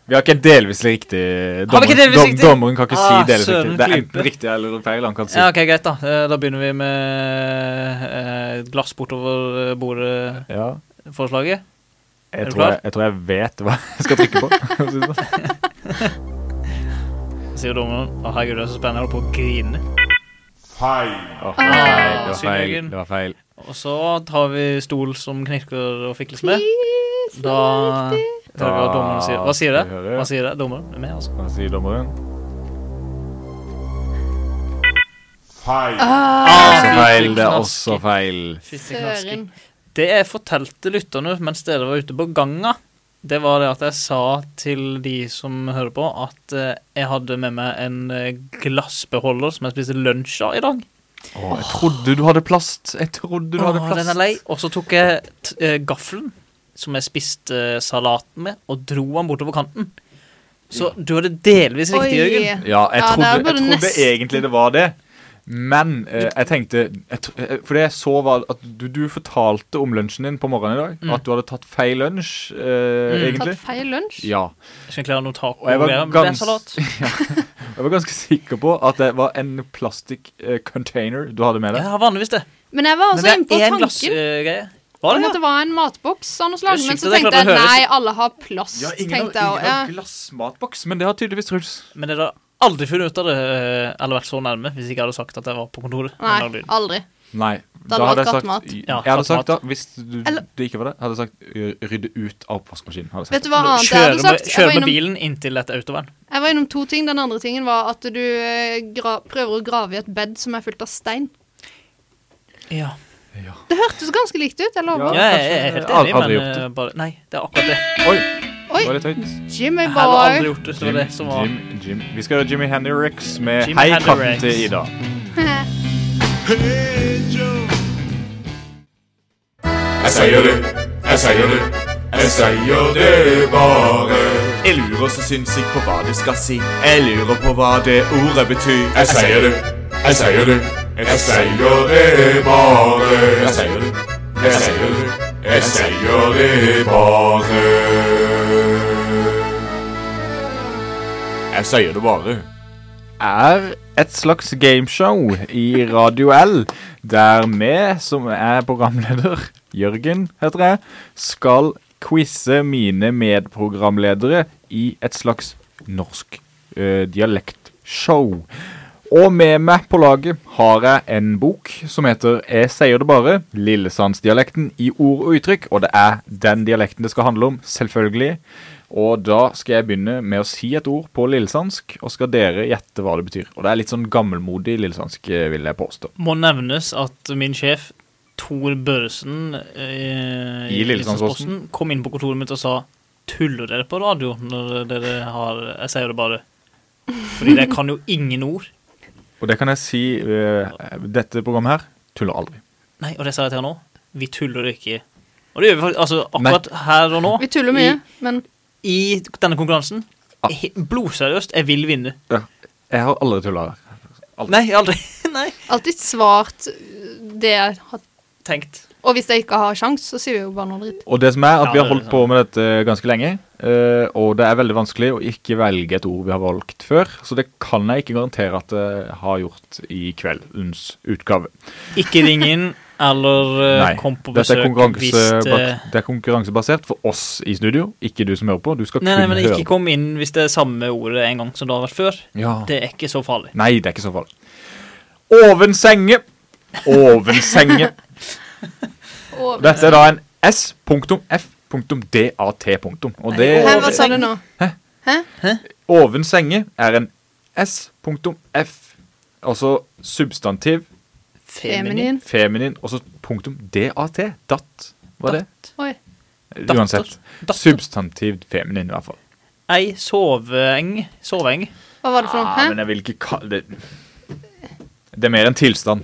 Speaker 3: Vi har ikke delvis riktig dommeren,
Speaker 4: Har vi ikke delvis
Speaker 3: dom-
Speaker 4: riktig?
Speaker 3: dommeren kan ikke
Speaker 4: Ah,
Speaker 3: si delvis
Speaker 4: søren
Speaker 3: riktig. Det er
Speaker 4: klype.
Speaker 3: enten riktig eller feil han kan <laughs> si.
Speaker 4: Ja, OK, greit, da. Eh, Da begynner vi med eh, et glass bortover bordet-forslaget.
Speaker 3: Ja,
Speaker 4: Er
Speaker 3: jeg,
Speaker 4: du
Speaker 3: tror
Speaker 4: klar?
Speaker 3: jeg, jeg tror jeg vet hva jeg skal <laughs> trykke på.
Speaker 4: Sier dommeren. Å, herregud, det er så spennende. Jeg holder på å grine.
Speaker 3: Åh, det var feil, det var
Speaker 4: Synd,
Speaker 3: feil.
Speaker 4: Jørgen.
Speaker 3: Det var feil.
Speaker 4: Og så tar vi stol som knirker og fikles med. Da hører vi hva dommeren sier. Hva sier det?
Speaker 3: Da skal vi høre.
Speaker 4: Hva sier det? Dommeren er med, altså.
Speaker 3: Hva sier dommeren?
Speaker 4: Ah,
Speaker 3: Også Ah, feil. Det er også feil.
Speaker 4: Fytti knaski.
Speaker 2: Søren.
Speaker 4: Det jeg fortalte lytterne mens dere var ute på ganga, det var det at jeg sa til de som hører på, at eh, jeg hadde med meg en eh, glassbeholder som jeg spiste lunsj av i dag.
Speaker 3: Åh, jeg trodde du hadde plast. Jeg trodde du hadde
Speaker 4: Åh,
Speaker 3: plast.
Speaker 4: den er lei. Og så tok jeg t eh, gaffelen som jeg spiste eh, salaten med, og dro den bortover kanten. Så du hadde delvis riktig, Jørgen.
Speaker 3: Ja, jeg
Speaker 2: Ja,
Speaker 3: trodde,
Speaker 2: der
Speaker 3: jeg
Speaker 2: burde
Speaker 3: trodde
Speaker 2: nest-
Speaker 3: egentlig det var det. Men eh, jeg tenkte jeg tr eh, For det jeg så, var at du, du fortalte om lunsjen din på morgenen i dag.
Speaker 4: Mm.
Speaker 3: At du hadde tatt feil lunsj, eh, egentlig.
Speaker 2: Mm. Tatt feil lunsj?
Speaker 3: Ja.
Speaker 4: Jeg skal klare noe taco.
Speaker 3: Og jeg var
Speaker 4: greier, men det er
Speaker 3: gans-
Speaker 4: salat.
Speaker 3: Jeg var ganske sikker på at det var en plastikk-container du hadde med
Speaker 4: Jeg
Speaker 3: deg.
Speaker 4: har vanligvis det.
Speaker 2: Men jeg var
Speaker 4: Men
Speaker 2: altså inne på
Speaker 4: det er en
Speaker 2: tanken
Speaker 4: glassgreie. Var
Speaker 2: om
Speaker 4: det
Speaker 2: at
Speaker 4: det?
Speaker 2: det var en matboks av noe slag,
Speaker 4: Det er
Speaker 2: men
Speaker 4: sykt
Speaker 2: så
Speaker 4: at det er
Speaker 2: tenkte jeg
Speaker 4: klart det høres-
Speaker 2: nei, alle har plast, tenkte jeg også. Ja.
Speaker 3: glassmatboks, men det har tydeligvis Truls.
Speaker 4: Men dere har aldri funnet ut av det, eh, eller vært så nærme, hvis ikke jeg hadde sagt at jeg var på kontoret. den
Speaker 2: Nei,
Speaker 4: dagen.
Speaker 2: aldri.
Speaker 3: Nei.
Speaker 2: Da hadde det vært kattmat.
Speaker 4: Ja,
Speaker 3: jeg hadde sagt da,
Speaker 4: kattmat.
Speaker 3: Hvis du,
Speaker 2: Eller-
Speaker 3: det ikke var det, hadde jeg sagt "Ry- rydde ut av oppvaskmaskinen. Hadde jeg sagt.
Speaker 2: Vet du hva annet jeg
Speaker 4: Kjøre
Speaker 2: hadde
Speaker 4: med,
Speaker 2: sagt? Jeg
Speaker 4: kjøre
Speaker 2: var
Speaker 4: med
Speaker 2: innom,
Speaker 4: bilen inntil et autovern.
Speaker 2: jeg var innom to ting. Den andre tingen var at du eh, gra prøver å grave i et bed som er fullt av stein.
Speaker 4: Ja.
Speaker 2: Det hørtes ganske likt ut. Jeg lover.
Speaker 3: Ja,
Speaker 4: jeg er helt
Speaker 3: kanskje-
Speaker 4: enig,
Speaker 3: aldri
Speaker 4: men
Speaker 3: gjort det.
Speaker 4: eh, bare Nei, det er akkurat det.
Speaker 3: Oi, det var
Speaker 2: Oi,
Speaker 3: litt høyt.
Speaker 2: Jimmy
Speaker 4: Jeg har aldri
Speaker 2: Boy.
Speaker 4: gjort det. så Det var det som var
Speaker 3: Jim, Jim. Vi skal gjøre Jimmy Henrix med
Speaker 4: Jimi
Speaker 3: Hei, katten
Speaker 4: Hendrix.
Speaker 3: til Ida.
Speaker 8: Jeg sier det, jeg sier det, jeg sier det bare. Jeg lurer så sinnssykt på hva det skal si. Jeg lurer på hva det ordet betyr. Jeg sier det, jeg sier det, jeg sier det bare. Jeg sier det, jeg sier det, jeg sier det bare. Jeg sier det bare.
Speaker 3: er et slags gameshow i Radio L, der vi, som er programleder, Jørgen heter jeg, skal quize mine medprogramledere i et slags norsk eh, dialektshow. Og med meg på laget har jeg en bok som heter Jeg sier det bare, Lillesandsdialekten i ord og uttrykk, og det er den dialekten det skal handle om, selvfølgelig. Og da skal jeg begynne med å si et ord på lillesandsk, og skal dere gjette hva det betyr. Og det er litt sånn gammelmodig lillesandsk, eh, vil jeg påstå.
Speaker 4: Må nevnes at min sjef, Tor Børresen eh,
Speaker 3: I Lillesandsposten,
Speaker 4: Lillesandsposten, kom inn på kontoret mitt og sa Tuller dere på radio når dere har Jeg sier det bare. Fordi dere kan jo ingen ord.
Speaker 3: Og det kan jeg si, eh, dette programmet her tuller aldri.
Speaker 4: Nei, og det sa jeg til han nå. Vi tuller ikke. Og det gjør vi faktisk. Altså, akkurat her og nå,
Speaker 2: Vi tuller mye, men
Speaker 4: i denne konkurransen
Speaker 3: Ah.
Speaker 4: he- Blodseriøst, jeg vil vinne.
Speaker 3: Jeg har aldri tulla her.
Speaker 4: Nei, aldri. <laughs> Nei.
Speaker 2: alltid svart det jeg har
Speaker 4: Tenkt.
Speaker 2: Og hvis jeg ikke har sjans, så sier vi jo bare noe dritt.
Speaker 3: Og det som er at
Speaker 4: Ja,
Speaker 3: vi har
Speaker 4: det er
Speaker 3: holdt på med dette ganske lenge, eh, og det er veldig vanskelig å ikke velge et ord vi har valgt før, så det kan jeg ikke garantere at jeg har gjort i kveldens utgave.
Speaker 4: Ikke ring inn. eller eh,
Speaker 3: Nei,
Speaker 4: kom på
Speaker 3: dette
Speaker 4: besøk
Speaker 3: er,
Speaker 4: hvis
Speaker 3: konkurranse,
Speaker 4: eh, det
Speaker 3: det er konkurransebasert for oss i studio, ikke du som hører på. Du skal
Speaker 4: Nei, nei,
Speaker 3: kun
Speaker 4: men
Speaker 3: høre.
Speaker 4: ikke kom inn hvis det er samme ordet en gang som det har vært før.
Speaker 3: Ja.
Speaker 4: Det er ikke så farlig.
Speaker 3: Nei, det er ikke så farlig. Ovensenge.
Speaker 4: <laughs>
Speaker 3: Ovensenge.
Speaker 2: Og-
Speaker 3: Dette er da en s.f.dat. Og det
Speaker 2: Hæ, hva sa du nå?
Speaker 3: ovensenge er en s.f. Altså substantiv,
Speaker 2: Feminin?
Speaker 3: feminin, og så punktum dat. Datt, var det?
Speaker 2: Oi.
Speaker 4: Datter.
Speaker 3: Uansett.
Speaker 4: Datter.
Speaker 3: Substantiv feminin, i hvert fall.
Speaker 4: Ei soveeng. Soveeng.
Speaker 2: Hva var det for noe?
Speaker 3: Ja, Ah, men
Speaker 2: Hæ?
Speaker 3: jeg vil ikke kalle det Det er mer en tilstand.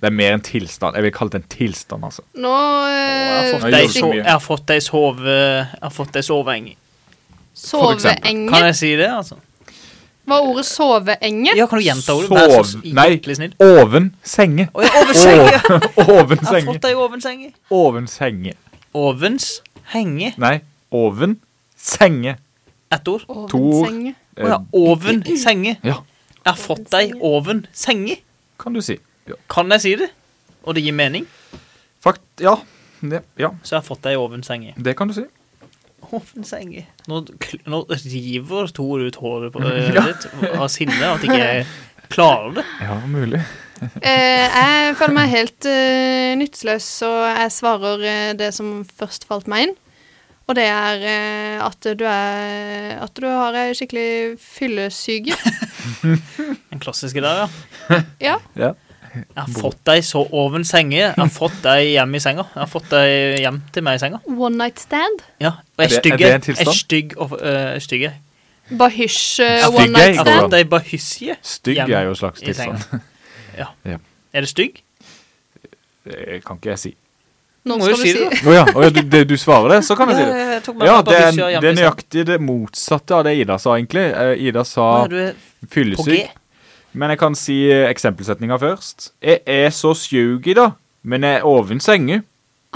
Speaker 3: Det er mer en tilstand. Jeg vil kalle det en tilstand, altså.
Speaker 2: Nå
Speaker 4: Jeg har
Speaker 2: eh,
Speaker 3: Nå
Speaker 4: fått ei
Speaker 3: gjør du så
Speaker 4: so-
Speaker 3: mye.
Speaker 4: jeg har fått ei sove... Jeg har fått ei soveeng. Kan
Speaker 2: Soveenge?
Speaker 4: jeg si det, altså?
Speaker 2: Var ordet soveenge?
Speaker 4: Ja, kan du gjenta ordet? Vær så
Speaker 3: Sov-
Speaker 4: hjertelig snill.
Speaker 3: Nei, oven senge.
Speaker 4: Å, ja, ovensenge!
Speaker 3: Oven
Speaker 4: Jeg har
Speaker 3: senge.
Speaker 4: fått ei ovensenge.
Speaker 3: Oven senge.
Speaker 4: Ovens henge.
Speaker 3: Nei, oven senge.
Speaker 4: Ett ord. Å
Speaker 3: To
Speaker 2: Ovensenge.
Speaker 3: Eh,
Speaker 4: ja, oven senge.
Speaker 3: Ja,
Speaker 4: Jeg har fått ei oven senge.
Speaker 3: kan du si. Ja.
Speaker 4: Kan jeg si det? Og det gir mening,
Speaker 3: Fakt, ja. Det, ja,
Speaker 4: så jeg har fått ei oven senge.
Speaker 3: det kan du si.
Speaker 4: Hoffensenge. Nå, kl- nå river Tor ut håret på, eh, ditt av sinne at ikke jeg klarer det.
Speaker 3: Ja, mulig.
Speaker 2: Eh, jeg føler meg helt eh, nytteløs, så jeg svarer eh, det som først falt meg inn. Og det er eh, at du er At du har ei skikkelig <laughs> fyllesyke.
Speaker 4: Den klassiske der, ja.
Speaker 2: Ja.
Speaker 3: Ja.
Speaker 4: Jeg har fått deg så oven senge. Jeg har fått deg hjem i senga. Jeg har fått deg hjem til meg i senga.
Speaker 2: One night stand.
Speaker 4: Ja, og
Speaker 3: Er
Speaker 4: jeg er
Speaker 3: det- er
Speaker 4: stygg.
Speaker 3: det en
Speaker 4: Jeg
Speaker 3: tilstand?
Speaker 4: er stygg og eh, stygg. Jeg
Speaker 2: Bare hysj eh,
Speaker 3: Stygg
Speaker 2: one
Speaker 3: er
Speaker 2: night
Speaker 3: ikke
Speaker 4: har
Speaker 3: bra.
Speaker 2: stand.
Speaker 4: fått deg bahysje
Speaker 3: Stygg
Speaker 4: Hjem
Speaker 3: er jo en slags
Speaker 4: i senga.
Speaker 3: tilstand.
Speaker 4: Ja.
Speaker 3: Ja.
Speaker 4: Er det stygg?
Speaker 3: Det kan ikke jeg si.
Speaker 2: Nå
Speaker 4: Må jo
Speaker 2: skal
Speaker 4: si
Speaker 2: du si
Speaker 4: det,
Speaker 2: det.
Speaker 3: Å ja, å ja, du, det, du svarer det, så kan jeg si det.
Speaker 4: jeg tok meg
Speaker 3: Ja, det er,
Speaker 4: bahysje hjem
Speaker 3: det er
Speaker 4: i senga.
Speaker 3: nøyaktig det motsatte av det Ida sa, egentlig. Eh, Ida sa
Speaker 4: Nå er du på G.
Speaker 3: fyllesyk. Men jeg kan si eh, eksempelsetninga først. Jeg er så sjuk i dag, men jeg er oven senge.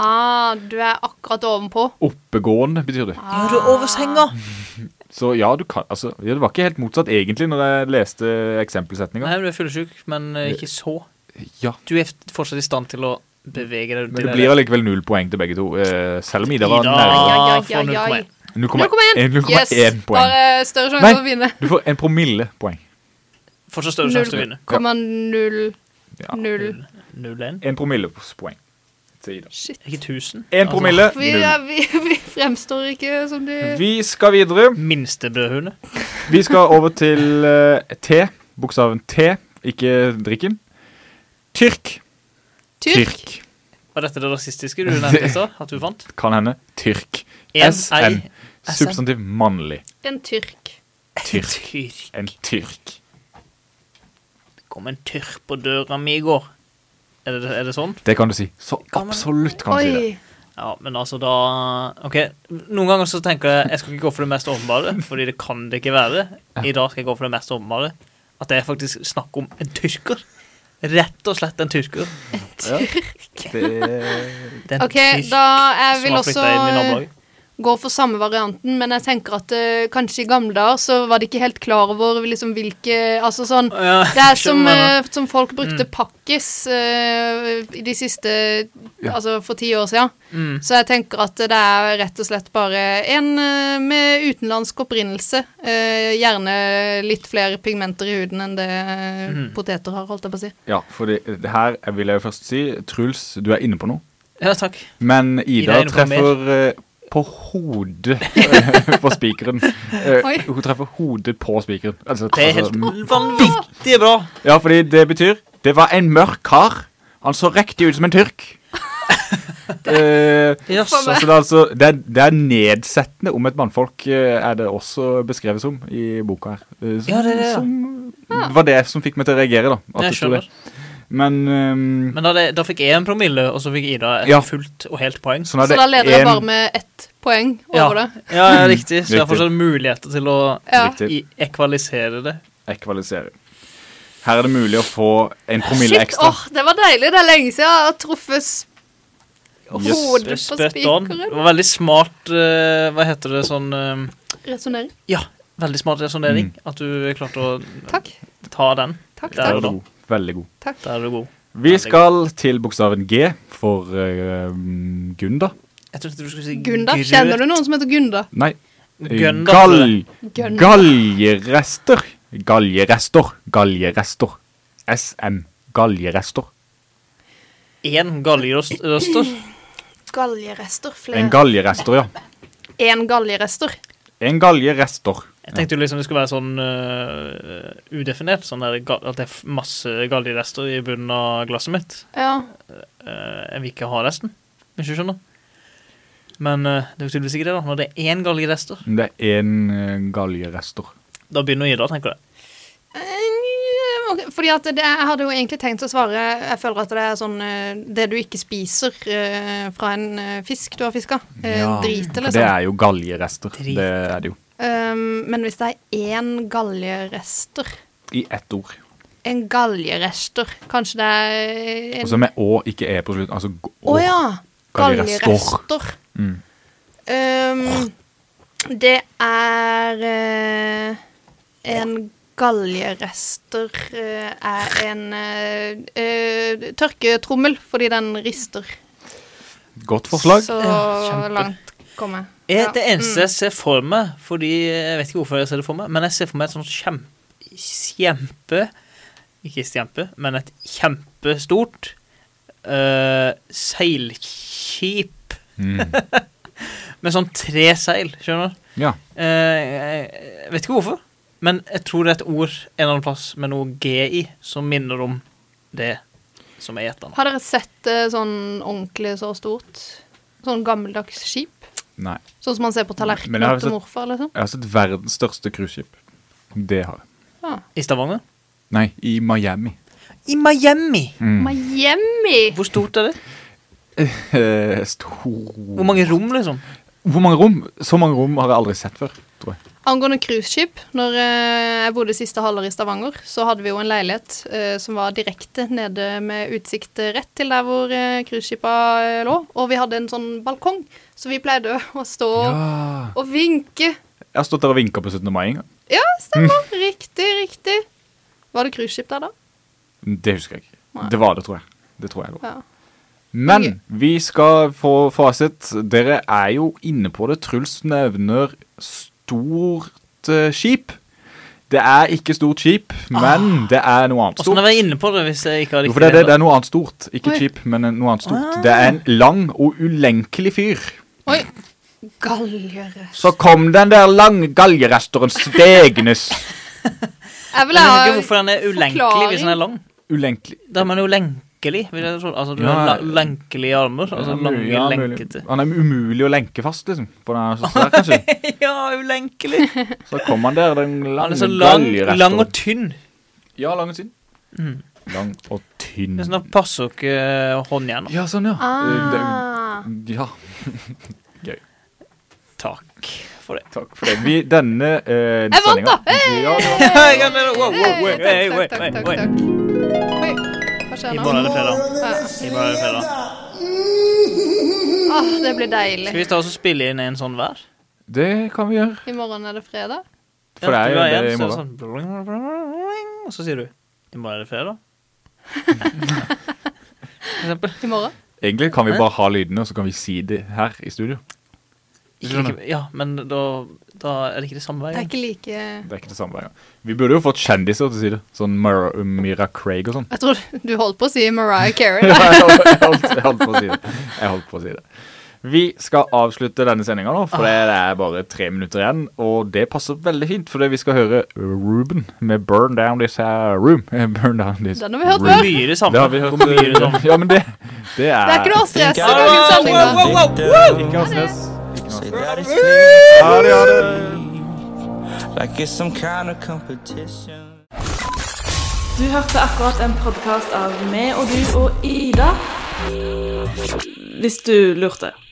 Speaker 2: Ah, du er akkurat ovenpå.
Speaker 3: Oppegående, betyr det.
Speaker 4: Nå er du over senga.
Speaker 3: Så ja, du kan Altså, ja, det var ikke helt motsatt egentlig når jeg leste
Speaker 4: Nei,
Speaker 3: eksempelsetninga.
Speaker 4: du er fyllesyk, men eh, ikke så.
Speaker 3: Ja.
Speaker 4: Du er fortsatt i stand til å bevege deg rundt i
Speaker 3: Men det blir allikevel null poeng til begge to, eh, selv om Ida var
Speaker 4: Ida.
Speaker 3: nærmere.
Speaker 2: Ai, ai,
Speaker 4: får
Speaker 2: ai, ai, ai.
Speaker 4: 0,1.
Speaker 2: 0,1.
Speaker 3: 0,1
Speaker 2: Yes.
Speaker 3: poeng.
Speaker 2: Bare større
Speaker 3: Nei.
Speaker 2: sjanse for å vinne.
Speaker 3: Du får en promille poeng.
Speaker 4: Fortsatt større sjanse til å vinne.
Speaker 2: 0,00.
Speaker 3: Ja.
Speaker 4: 0-1.
Speaker 3: En promilles poeng til Ida.
Speaker 2: Shit.
Speaker 4: Ikke Altså, 1000.
Speaker 3: En promille,
Speaker 2: Vi,
Speaker 3: null.
Speaker 2: ja, vi, <laughs> vi fremstår ikke som de
Speaker 3: Vi skal videre.
Speaker 4: Minstebrødhunde.
Speaker 3: Vi skal over til eh, T. Bokstaven T, ikke drikken. Tyrk.
Speaker 2: Tyrk.
Speaker 4: Var dette det rasistiske du nevnte i
Speaker 3: <laughs>
Speaker 4: stad? At du fant?
Speaker 3: Kan hende. Tyrk.
Speaker 4: En,
Speaker 3: SN.
Speaker 4: ei, SN.
Speaker 3: Substantiv mannlig.
Speaker 2: En tyrk.
Speaker 3: Tyrk.
Speaker 4: Tyrk.
Speaker 3: En tyrk.
Speaker 4: Det kom en tyrk på døra mi i går. Er det, er det sånn?
Speaker 3: Det kan du si. Så absolutt kan du si det.
Speaker 2: Oi.
Speaker 4: Ja, men altså da Ok, noen ganger så tenker jeg jeg skal ikke gå for det mest åpenbare, fordi det kan det ikke være. I dag skal jeg gå for det mest åpenbare. At det er faktisk snakk om en tyrker. Rett og slett en tyrker. Det er en
Speaker 2: OK,
Speaker 4: tyrk
Speaker 2: da jeg
Speaker 4: som
Speaker 2: vil
Speaker 4: har
Speaker 2: også
Speaker 4: flyttet inn i nabolaget.
Speaker 2: gå for samme varianten, men jeg tenker at eh, kanskje i gamle dager så var de ikke helt klar over liksom hvilke Altså sånn
Speaker 4: Ja,
Speaker 2: Det er
Speaker 4: skjønner
Speaker 2: som,
Speaker 4: hva jeg
Speaker 2: eh, som folk brukte
Speaker 3: Mm.
Speaker 2: pakkis eh, i de siste Altså for ti år siden.
Speaker 4: Mm.
Speaker 2: Så jeg tenker at det er rett og slett bare en eh, med utenlandsk opprinnelse. eh, gjerne litt flere pigmenter i huden enn det
Speaker 3: Mhm.
Speaker 2: eh, poteter har, holdt jeg på å si.
Speaker 3: Ja, for det, det her vil jeg jo først si Truls, du er inne på noe.
Speaker 4: Ja, takk.
Speaker 3: Men
Speaker 4: Ida
Speaker 3: Ida
Speaker 4: er inne på
Speaker 3: treffer eh, på hodet eh, på
Speaker 4: <laughs>
Speaker 3: spikeren. Eh,
Speaker 2: Oi.
Speaker 3: Hun treffer hodet på spikeren. Altså,
Speaker 4: Det er
Speaker 3: altså,
Speaker 4: helt vanvittig bra.
Speaker 3: Ja, fordi det betyr Det var en mørk kar. Han så riktig ut som en
Speaker 4: <laughs>
Speaker 3: tyrk. Eh,
Speaker 4: Jaså.
Speaker 3: så, så det, er altså, det, er, det er nedsettende om et mannfolk, eh, er det også beskrevet som i boka her. Eh, Som,
Speaker 4: Ja, det er det, ja.
Speaker 3: som- det var det som fikk meg til å reagere, da. at
Speaker 4: Jeg
Speaker 3: det sto det.
Speaker 4: skjønner.
Speaker 3: Men, ehm,
Speaker 4: Men da, det, da fikk jeg en promille, og så fikk Ida et
Speaker 3: Ja.
Speaker 4: fullt og helt poeng.
Speaker 3: sånn er
Speaker 2: Så
Speaker 3: det
Speaker 2: da leder jeg
Speaker 3: en-
Speaker 2: bare med ett poeng
Speaker 4: Ja,
Speaker 2: over det.
Speaker 4: ja, ja riktig. Så jeg har
Speaker 3: Riktig.
Speaker 4: fortsatt muligheter til å
Speaker 2: Ja.
Speaker 3: Riktig.
Speaker 4: i- ekvalisere det.
Speaker 3: Ekvalisering. Her er det mulig å få en promille
Speaker 2: Shit,
Speaker 3: ekstra.
Speaker 2: åh, det var deilig. Det er lenge siden jeg har truffet s-
Speaker 3: Yes.
Speaker 2: hodet på
Speaker 4: Spøtt on. Det
Speaker 2: spikeren.
Speaker 4: var veldig smart eh, Hva heter det sånn eh,
Speaker 2: Resonnering.
Speaker 4: Ja, veldig smart
Speaker 3: Mm.
Speaker 4: resonnering. At du klarte å
Speaker 2: Takk.
Speaker 4: ta den.
Speaker 2: Takk,
Speaker 4: Der
Speaker 3: Der er
Speaker 4: og
Speaker 3: du
Speaker 4: da.
Speaker 3: god. Veldig god.
Speaker 4: Der er du god.
Speaker 3: Vi skal til bokstaven G for eh, Gunda.
Speaker 4: Jeg trodde du skulle si
Speaker 2: Gunda? Kjenner du noen som heter Gunda?
Speaker 3: Nei. eh,
Speaker 4: Gunda,
Speaker 3: Gal
Speaker 2: Gunda.
Speaker 3: galjerester. Galjerester. Galjerester. SM. Galjerester.
Speaker 4: Én gallerøster.
Speaker 2: Galjerester.
Speaker 3: En
Speaker 2: Flere.
Speaker 3: galjerester, ja.
Speaker 2: En galjerester.
Speaker 3: En galjerester.
Speaker 4: Jeg tenkte jo liksom det skulle være sånn øh, udefinert. Sånn der, ga- at det er f- masse gallerester i bunnen av glasset mitt.
Speaker 2: Ja.
Speaker 4: Eh, jeg vil ikke ha resten, hvis du skjønner. Men eh, det er jo tydeligvis ikke det, da. Når det er én gallerester,
Speaker 3: Det er en eh, galjerester.
Speaker 4: da begynner Ida, tenker jeg.
Speaker 2: Eh, ok, Fordi at det, Jeg hadde jo egentlig tenkt å svare Jeg føler at det er sånn eh, Det du ikke spiser eh, fra en eh, fisk du har fiska. Drit,
Speaker 3: For
Speaker 2: eller
Speaker 3: Det
Speaker 2: sånn.
Speaker 3: er jo galjerester.
Speaker 4: Drit.
Speaker 3: Det er det jo.
Speaker 2: Um, men hvis det er én galjerester
Speaker 3: I ett ord.
Speaker 2: En galjerester. Kanskje det er en
Speaker 3: Og så med Å, ikke E på slutten. Altså Å.
Speaker 2: Å ja.
Speaker 3: Gallerester.
Speaker 2: Gallerester.
Speaker 3: Mm.
Speaker 2: Ehm, det er eh, En galjerester eh, er en eh, eh, tørketrommel, fordi den rister.
Speaker 3: Godt forslag.
Speaker 2: Så
Speaker 4: kjempe.
Speaker 2: langt kom jeg.
Speaker 4: Er
Speaker 2: Ja.
Speaker 4: Det eneste jeg ser for meg, fordi jeg vet ikke hvorfor jeg ser det for meg, men jeg ser for meg et sånt kjempe, kjempe Ikke stjempe, men et kjempestort eh, seilskip
Speaker 3: Mm.
Speaker 4: <laughs> med sånn tre seil, skjønner du?
Speaker 3: Ja.
Speaker 4: Eh, jeg vet ikke hvorfor, men jeg tror det er et ord en eller annen plass med noe G i som minner om det som er gjettende.
Speaker 2: Har dere sett eh, sånn ordentlig så stort? Sånn gammeldags skip?
Speaker 3: Nei.
Speaker 2: Sånn som man ser på
Speaker 3: Men jeg
Speaker 2: tallerkenen
Speaker 3: har
Speaker 2: til
Speaker 3: sett-
Speaker 2: morfar, liksom?
Speaker 3: Jeg har sett verdens største cruiseskip. Det har jeg.
Speaker 4: I Stavanger?
Speaker 3: Nei, i Miami. <laughs>
Speaker 4: I Miami!
Speaker 3: Mm.
Speaker 2: Miami!
Speaker 4: Hvor stort er det?
Speaker 3: Eh, Stor
Speaker 4: Hvor mange rom, liksom?
Speaker 3: Hvor mange rom? Så mange rom har jeg aldri sett før, tror jeg.
Speaker 2: Angående cruiseskip, når eh, jeg bodde siste halvår i Stavanger, så hadde vi jo en leilighet eh, som var direkte nede med utsikt rett til der hvor eh, cruiseskipa eh, lå. Og vi hadde en sånn balkong, så vi pleide å stå og vinke.
Speaker 3: Jeg har stått der og vinka på 17. mai en gang.
Speaker 2: Ja, stemmer. Riktig, riktig. Var det cruiseskip der, da?
Speaker 3: Det husker jeg ikke.
Speaker 2: Nei.
Speaker 3: Det var det, tror jeg. Det tror jeg det var.
Speaker 2: Ja.
Speaker 3: Men
Speaker 2: Ok.
Speaker 3: vi skal få fasit. Dere er jo inne på det. Truls nevner stort eh, skip. Det er ikke stort skip, men det er noe annet
Speaker 4: Ah. Åssen
Speaker 3: stort.
Speaker 4: har jeg vært inne på det hvis jeg ikke har
Speaker 3: Jo,
Speaker 4: riktig
Speaker 3: for det, er det, det
Speaker 4: navn?
Speaker 3: er noe annet stort. Ikke
Speaker 2: Oi. Ah.
Speaker 3: skip, men noe annet stort. Det er en lang og ulenkelig fyr.
Speaker 2: Oi. Galjerest.
Speaker 3: Så kom den der lange galjeresteren stegnes.
Speaker 2: Jeg vil
Speaker 4: Jeg
Speaker 2: ha
Speaker 4: skjønner ikke hvorfor den er ulenkelig hvis den er lang.
Speaker 3: Ulenkelig
Speaker 4: Da er man jo lenkelig. Vil jeg tro. Altså, du har
Speaker 3: Ja.
Speaker 4: la- lenkelige armer. <laughs> Altså lange,
Speaker 3: Ja, mulig.
Speaker 4: lenkete.
Speaker 3: Han er umulig å lenke fast, liksom. På den her, så, der,
Speaker 2: <laughs>
Speaker 3: kanskje.
Speaker 4: <laughs> ja, ulenkelig.
Speaker 3: så kom han der, den
Speaker 4: Han
Speaker 3: lange
Speaker 4: er så lang,
Speaker 3: galjeresteren.
Speaker 4: lang og tynn.
Speaker 3: Ja, lang og tynn. Lang og tynn.
Speaker 4: Det er sånn at passer eh, jo ikke håndjernet.
Speaker 3: Ja, sånn, ja.
Speaker 2: Ah.
Speaker 3: Eh, det- ja,
Speaker 4: Takk for det.
Speaker 3: takk for det. Vi, denne eh,
Speaker 2: Jeg vant, da!
Speaker 3: sendingen- Ja, du vant.
Speaker 4: wow, wow, wow,
Speaker 2: Hey,
Speaker 4: hey,
Speaker 2: takk,
Speaker 4: wait,
Speaker 2: takk,
Speaker 4: wait,
Speaker 2: takk,
Speaker 4: wait.
Speaker 2: takk. Oi, hva skjer
Speaker 4: I
Speaker 2: nå?
Speaker 4: morgen er det fredag.
Speaker 2: Ja.
Speaker 4: I morgen er det fredag.
Speaker 2: Åh, Ah, det blir
Speaker 4: Skal
Speaker 2: deilig.
Speaker 4: vi ta oss og spille inn en sånn hver?
Speaker 3: Det kan vi gjøre.
Speaker 2: I morgen er det fredag.
Speaker 3: For det er
Speaker 4: Ja,
Speaker 3: jo
Speaker 4: du igjen,
Speaker 3: det i
Speaker 4: så er
Speaker 3: morgen.
Speaker 4: sånn bling, bling, bling, bling, Og så sier du I morgen er det
Speaker 2: <laughs>
Speaker 4: fredag. For eksempel.
Speaker 2: I morgen?
Speaker 3: Egentlig kan vi bare ha lydene, og så kan vi si det her i studio.
Speaker 4: Ikke, ikke, ja, men da, da er det ikke det samme
Speaker 2: Det er
Speaker 4: veien.
Speaker 2: ikke like Jeg
Speaker 3: Det er ikke det samme hver gang. Vi burde jo fått kjendiser til å si det. Sånn Mira, Mira Craig
Speaker 2: <laughs>
Speaker 3: og sånn. <laughs>
Speaker 2: tror du holdt på å si Mariah Carey.
Speaker 3: Ja,
Speaker 2: da.
Speaker 3: jeg holdt- jeg holdt jeg holdt på å si det. Jeg holdt på å si det. Vi skal avslutte denne sendinga nå,
Speaker 2: Ah.
Speaker 3: for det er bare tre minutter igjen. Og det passer veldig fint, for vi skal høre Ruben med 'Burn Down This Her Room'. <laughs> Eh, Burn down this
Speaker 2: Den har vi hørt
Speaker 3: room.
Speaker 2: før.
Speaker 4: Mye det
Speaker 3: Det
Speaker 4: samme.
Speaker 3: har vi hørt.
Speaker 4: Mye det samme.
Speaker 3: eh, Ja, men det, det er
Speaker 2: Det er ikke noe stress i
Speaker 4: Wow,
Speaker 2: dagens sending.
Speaker 4: wow,
Speaker 2: da.
Speaker 4: wow, wow.
Speaker 3: Ikke noe stress. Ikke noe stress. Ha det, ha det.
Speaker 9: Like it's some kind of competition.
Speaker 10: Du hørte akkurat en podkast av meg og du og Ida. Hvis du lurte.